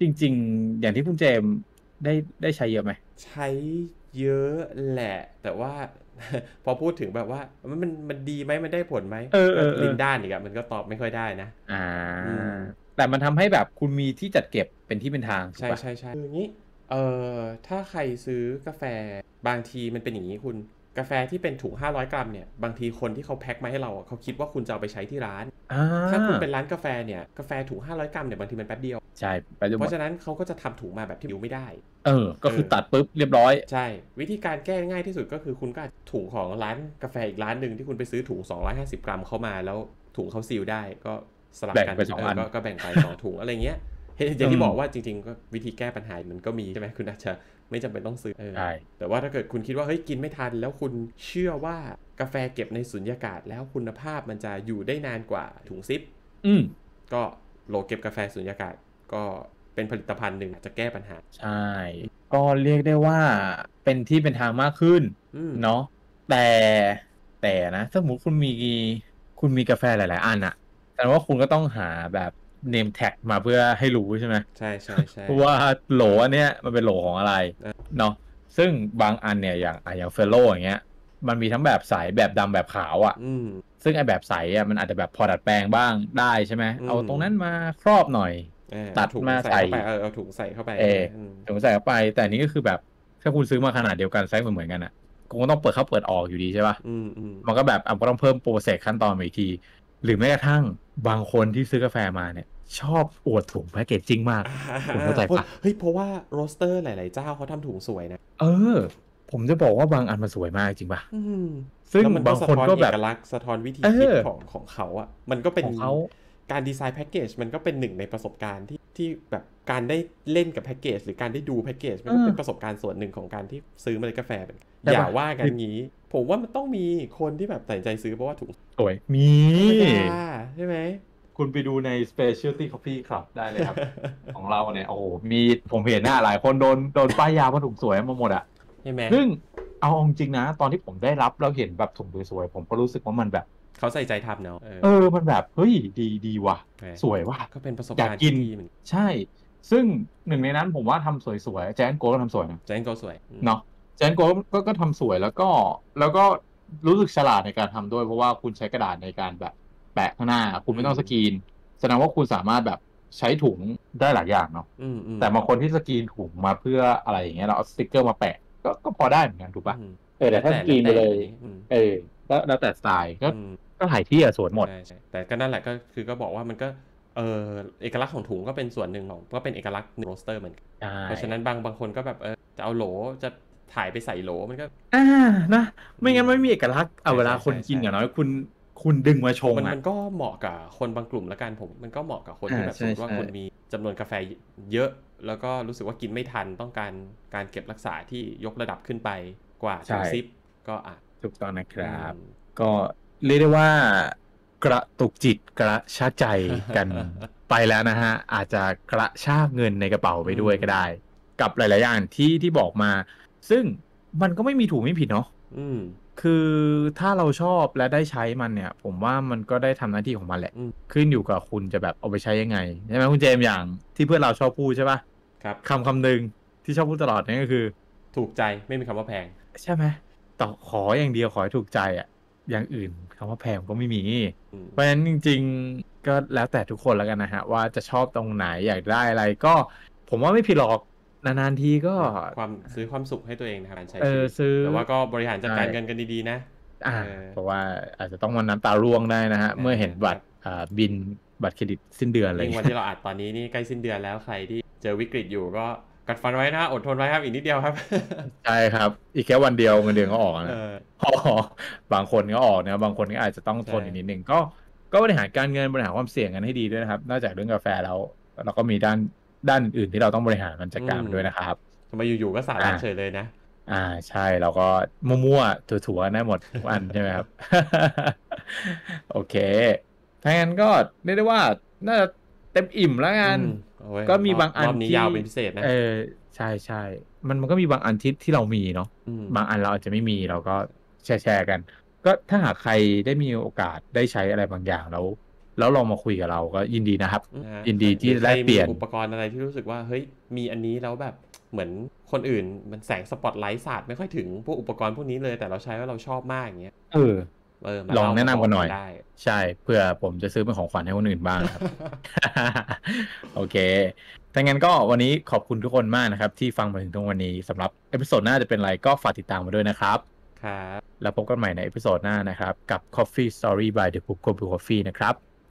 Speaker 2: จริง ๆ อย่างที่คุณเจมส์ได้ได้ใช้เยอะไหม
Speaker 1: ใช้เยอะแหละ แต่ว่า พอพูดถึงแบบว่ามันมันมันดีไหมมันได้ผลไหม
Speaker 2: เออเออเออ
Speaker 1: ก็ลินด้านอีกอะมันก็ตอบไม่ค่อยได้นะ
Speaker 2: อ่า
Speaker 1: อืม
Speaker 2: แต่มันทำให้แบบคุณมีที่จัดเก็บเป็นที่เป็นทางถูก
Speaker 1: ใช่
Speaker 2: ปะ
Speaker 1: ใช่ใช่คืออย่างนี้เอ่อถ้าใครซื้อกาแฟบางทีมันเป็นอย่างนี้คุณกาแฟที่เป็นถุง 500 กรัมเนี่ยบางทีคนที่เขาแพ็คมาให้เราอ่ะเขาคิดว่าคุณจะเอาไปใช้ที่ร้าน
Speaker 2: อ่า
Speaker 1: ถ้าคุณเป็นร้านกาแฟเนี่ยกาแฟถุง 500 กรัมเนี่ยบางทีมันแป๊บเดียว
Speaker 2: ใช่ไปจนห
Speaker 1: เพ
Speaker 2: มด
Speaker 1: ราะฉะนั้นเขาก็จะทำถุงมาแบบที่ดิวไม่ได้
Speaker 2: เออ ก็คือ
Speaker 1: เออ
Speaker 2: ตัดปุ๊บเรียบร้อย
Speaker 1: ใช่ วิธีการแก้ง่ายที่สุดก็คือคุณก็อาจถุงของร้านกาแฟอีกร้านหนึ่งที่คุณไปซื้อถุง 250 กรัมเข้ามาแล้วถุงเขาซีลได้ก็สลับกั
Speaker 2: แบ่งไปสองอัน
Speaker 1: เก็ก็แบ่งไปสองถุงอะไรเงี้ยเห็นอย่าง
Speaker 2: อื
Speaker 1: ที่
Speaker 2: ม
Speaker 1: บอกว่าจริงๆก็วิธีแก้ปัญหามันก็มีใช่ไหมคุณอาจจะไม่จำเป็นต้องซื้อเออ
Speaker 2: ใช่
Speaker 1: แต่ว่าถ้าเกิดคุณคิดว่าเฮ้ยกินไม่ทัน แล้วคุณเชื่อว่ากาแฟเก็บในสุญญากาศ แล้วคุณภาพมันจะอยู่ได้นานกว่าถุงซิป
Speaker 2: อืม
Speaker 1: ก็โหลเก็บกาแฟสุญญากาศ ก็เป็นผลิตภัณฑ์หนึ่งอาจจะแก้ปัญหา
Speaker 2: ใช่ ก็เรียกได้ว่าเป็นที่เป็นทางมากขึ้น
Speaker 1: อืม
Speaker 2: เนาะแต่แต่นะสมมติคุณมีคุณมีกาแฟหลาย ๆ อันอะแต่ว่าคุณก็ต้องหาแบบเนมแท็กมาเพื่อให้รู้ใช่ไหม
Speaker 1: ใช่ใช่ใช่
Speaker 2: ว่าโหลอันเนี้ยมันเป็นโหลของอะไร
Speaker 1: อ่ะ
Speaker 2: เนาะซึ่งบางอันเนี่ยอย่างอ่ะอย่างเฟลโลอย่างเงี้ยมันมีทั้งแบบใสแบบดำแบบขาวอะ่ะ
Speaker 1: อืม
Speaker 2: ซึ่งไอแบบใสอ่ะมันอาจจะแบบพอดัดแปลงบ้างได้ใช่ไหม
Speaker 1: อืม
Speaker 2: เอาตรงนั้นมาครอบหน่อย
Speaker 1: เออ
Speaker 2: ตัด
Speaker 1: เอถุง
Speaker 2: มา
Speaker 1: ใส่เข้าไป
Speaker 2: ใส่
Speaker 1: เออเอาถุงใส่เข้าไป
Speaker 2: เออ
Speaker 1: ม
Speaker 2: ถึงใส่เข้าไป แต่อันนี้ก็คือแบบถ้าคุณซื้อมาขนาดเดียวกันไซส์เหมือนๆกันอะ่ะคุณก็ต้องเปิดเข้าเปิดออกอยู่ดีใช่ปะ
Speaker 1: อืมอืม
Speaker 2: มันก็แบบอ่ะก็ต้องเพิ่มโปรเซสขั้นตอนมาอีกที หรือแม้กระทั่งบางคนที่ซื้อกาแฟมาเนี่ย ชอบอวดถุงแพคเกจจิ้งมาก ผมเข้าใจปะ
Speaker 1: เฮ้ยเพราะว่าโรสเตอร์หลาย ๆ เจ้าเขาทำถุงสวยนะ
Speaker 2: เออ ผมจะบอกว่าบางอันมันสวยมากจริงปะ
Speaker 1: อืม
Speaker 2: ซึ่ง
Speaker 1: แล้วมั
Speaker 2: บางคนก็แบบ
Speaker 1: สะท้อเอกลักษณ์สะท้อนวิธี
Speaker 2: เออ
Speaker 1: คิดของของเขาอ่ะมันก็เป็น
Speaker 2: ของเขา
Speaker 1: การดีไซน์แพ็กเกจมันก็เป็นหนึ่งในประสบการณ์ที่ที่แบบการได้เล่นกับแพ็กเกจหรือการได้ดูแพ็กเกจมันก็เป็นประสบการณ์ส่วนหนึ่งของการที่ซื้อเมาเลยกาแฟเหมือนกัน
Speaker 2: ใช่ปะ
Speaker 1: อย่าว่ากันงี้ ผมว่ามันต้องมีคนที่แบบตัดสินใจซื้อเพราะว่าถุง
Speaker 2: สวย มี
Speaker 1: ธรรมดาใช่ไหม
Speaker 2: คุณไปดูใน Specialty Coffee Club ได้เลย ครับ ของเราเนี่ย โอ้โหมีผมเห็นหน้าหลายคนโดนโดนป้ายยาเพราะถุงสวยมาหมดอะ
Speaker 1: ใช่ไหม
Speaker 2: ซึ่งเอาจริงๆนะ ตอนที่ผมได้รับแล้วเห็นแบบถุงสวยๆผมก็รู้สึกว่ามันแบบ
Speaker 1: เขาใส่ใจทำเนาะเออ
Speaker 2: เออมันแบบเฮ้ยดีดีว่ะ
Speaker 1: แหม
Speaker 2: สวยว่ะ
Speaker 1: ก็เป็นประสบ
Speaker 2: อยาก
Speaker 1: การณ์
Speaker 2: กิ
Speaker 1: ที่
Speaker 2: น
Speaker 1: ดีเหมือน
Speaker 2: ใช่ ซึ่งหนึ่งในนั้นผมว่าทำสวยๆแจนโกก็ทำสวยนะ
Speaker 1: แจนก็สวยอืม
Speaker 2: เนาะแจนโกก็ก็ทำสวยแล้วก็แล้วก็รู้สึกฉลาดในการทำด้วย เพราะว่าคุณใช้กระดาษในการแบบแปะข้างหน้า คุณไม่ต้องสกรีนแสดงว่าคุณสามารถแบบใช้ถุงได้หลายอย่างเนาะ
Speaker 1: อืมอืม
Speaker 2: แต่บางคนที่สกรีนถุงมาเพื่ออะไรอย่างเงี้ยเราเอาสติกเกอร์มาแปะก็ก็พอได้เหมือนกันถูกปะ
Speaker 1: อืม
Speaker 2: เออแต่ถ้าสกรีนไปเลย
Speaker 1: แต่อืม
Speaker 2: เออแล้วแล้วแต่สไตล์ก็
Speaker 1: อืม
Speaker 2: ก็หลายที่อะสวนหมด
Speaker 1: ใช่ใช่แต่ก็นั่นแหละก็คือก็บอกว่ามันก็เออเอกลักษณ์ของถุงก็เป็นส่วนหนึ่งของก็เป็นเอกลักษณ์โรสเตอร์เหมือนกันเพราะฉะนั้นบางบางคนก็แบบเออจะเอาโหลจะถ่ายไปใส่โหลมันก็
Speaker 2: อ่านะ ไม่งั้นไม่มีเอกลักษณ์เอา
Speaker 1: ใช่
Speaker 2: เวลา
Speaker 1: ใช่
Speaker 2: คนกิน
Speaker 1: ใช่
Speaker 2: อย่างน้อยคุณคุณดึงมาชง
Speaker 1: มัน
Speaker 2: อ่ะ
Speaker 1: มันก็เหมาะกับคนบางกลุ่มละกันผมมันก็เหมาะกับคนที่
Speaker 2: อ่า
Speaker 1: แบบสม
Speaker 2: ใช่
Speaker 1: มติว่า
Speaker 2: ใช่
Speaker 1: คุณมีจำนวนกาแฟเยอะ แล้วก็รู้สึกว่ากินไม่ทันต้องการการเก็บรักษาที่ยกระดับขึ้นไปกว่าถุงซิปก็อ่ะ
Speaker 2: ถูกต้องนะครับ
Speaker 1: อืม
Speaker 2: ก็เรียกได้ว่า กระตุกจิตกระชากใจกัน ไปแล้วนะฮะ อาจจะกระชากเงินในกระเป๋าไปด้วย
Speaker 1: อืม
Speaker 2: ก็ได้ กับหลาย ๆ อย่างที่ที่บอกมา ซึ่งมันก็ไม่มีถูกไม่ผิดเนาะ
Speaker 1: อืม
Speaker 2: คือถ้าเราชอบและได้ใช้มันเนี่ย ผมว่ามันก็ได้ทำหน้าที่ของมันแหละ
Speaker 1: อืม
Speaker 2: ขึ้นอยู่กับคุณจะแบบเอาไปใช้ยังไงใช่ไหมคุณเจมส์อย่างที่เพื่อนเราชอบพูดใช่ปะ
Speaker 1: ครับ
Speaker 2: คำคำหนึ่งที่ชอบพูดตลอดนั่นก็คือ
Speaker 1: ถูกใจไม่มีคำว่าแพง
Speaker 2: ใช่ไหมต่อขออย่างเดียวขอให้ถูกใจอะอย่างอื่นคำว่าแพงก็ไม่มี
Speaker 1: อืม
Speaker 2: เพราะฉะนั้นจริง ๆ ก็แล้วแต่ทุกคนแล้วกันนะฮะ ว่าจะชอบตรงไหนอยากได้อะไรก็ ผมว่าไม่ผิดหรอกนานๆทีก็
Speaker 1: ความซื้อความสุขให้ตัวเองนะครับการใช้
Speaker 2: เอ
Speaker 1: ชี
Speaker 2: อ
Speaker 1: วิต
Speaker 2: ซื้อ
Speaker 1: แต่ว่าก็บริหารจัดการ
Speaker 2: ใช่
Speaker 1: เงินกันดีๆนะ
Speaker 2: อ่า
Speaker 1: เออ
Speaker 2: เพราะว่าอาจจะต้องวันน้ำตาร่วงได้นะฮะ
Speaker 1: ใช่
Speaker 2: เมื่อเห็นบัตรอ่าบินบัตรเครดิตสิ้นเดือนอะไรอ
Speaker 1: ยิ่
Speaker 2: ย่าง ง
Speaker 1: วัน
Speaker 2: เงี้ย
Speaker 1: ที่เราอัดตอนนี้นี่ใกล้สิ้นเดือนแล้วใครที่เจอวิกฤตอยู่ก็กัดฟันไว้นะอดทนไว้ครับอีกนิดเดียวครับ
Speaker 2: ใช่ครับ อีกแค่วันเดียวเงินเดือนก็ออก
Speaker 1: เอ
Speaker 2: นะ
Speaker 1: อ
Speaker 2: อ๋อบางคนก็ออกนะบางคนก็อาจจะต้องทน
Speaker 1: ใช่
Speaker 2: อีกนิดหนึ่งก็ก็บริหารการเงินบริหารความเสี่ยงกันให้ดีด้วยนะครับ นอกจากเรื่องกาแฟแล้วเราก็มีด้านด้านอื่นๆที่เราต้องบริหารมันจัดการมันด้วยนะครับ
Speaker 1: ทำไมอยู่ๆก็สาระ
Speaker 2: อ่ะ
Speaker 1: เฉยเลยนะ
Speaker 2: อ่าใช่เราก็มั่วๆถั่วๆได้หมดทุกอัน ใช่ไหมครับ โอเคถ้างั้นก็เรียกได้ว่าน่าจะเต็มอิ่มแล้วกัน
Speaker 1: อืมโอ้ย
Speaker 2: ก็มีบางอัน
Speaker 1: รอบนี้
Speaker 2: ที่
Speaker 1: ยาวเป็นพิเศษนะ
Speaker 2: เออใช่ใช่มันมันก็มีบางอันที่ที่เรามีเนาะ
Speaker 1: ม
Speaker 2: บางอันเราอาจจะไม่มีเราก็แชร์แชร์กัน ก็ถ้าหากใครได้มีโอกาสได้ใช้อะไรบางอย่างแล้ว แล้วลองมาคุยกับเราก็ยินดีนะครับ
Speaker 1: ะฮะ
Speaker 2: ยินดีที่
Speaker 1: หรือใคร
Speaker 2: ได้เปลี่ยน
Speaker 1: มีอุปกรณ์อะไรที่รู้สึกว่าเฮ้ยมีอันนี้แล้วแบบเหมือนคนอื่นมันแสงสปอตไลท์สาดไม่ค่อยถึงพวกอุปกรณ์พวกนี้เลยแต่เราใช้แล้วเราชอบมากอย่างเงี้ย
Speaker 2: เออ
Speaker 1: เออมา
Speaker 2: ลอง
Speaker 1: เล่า
Speaker 2: แนะนำกันหน่อย
Speaker 1: ได้
Speaker 2: ใช่เพื่อผมจะซื้อเป็นของขวัญให้คนอื่นบ้าง ครับ โอเคถ้างั้นก็วันนี้ขอบคุณทุกคนมากนะครับ ที่ฟังมาถึงตรงวันนี้สำหรับเอพิโซดหน้าจะเป็นอะไรก็ฝากติดตามมาด้วยนะครับ
Speaker 1: ครับ
Speaker 2: แล้วพบกันใหม่ในเอพิโซดหน้านะครับ กับ Coffee Story by The Book Coffee Coffee นะครับ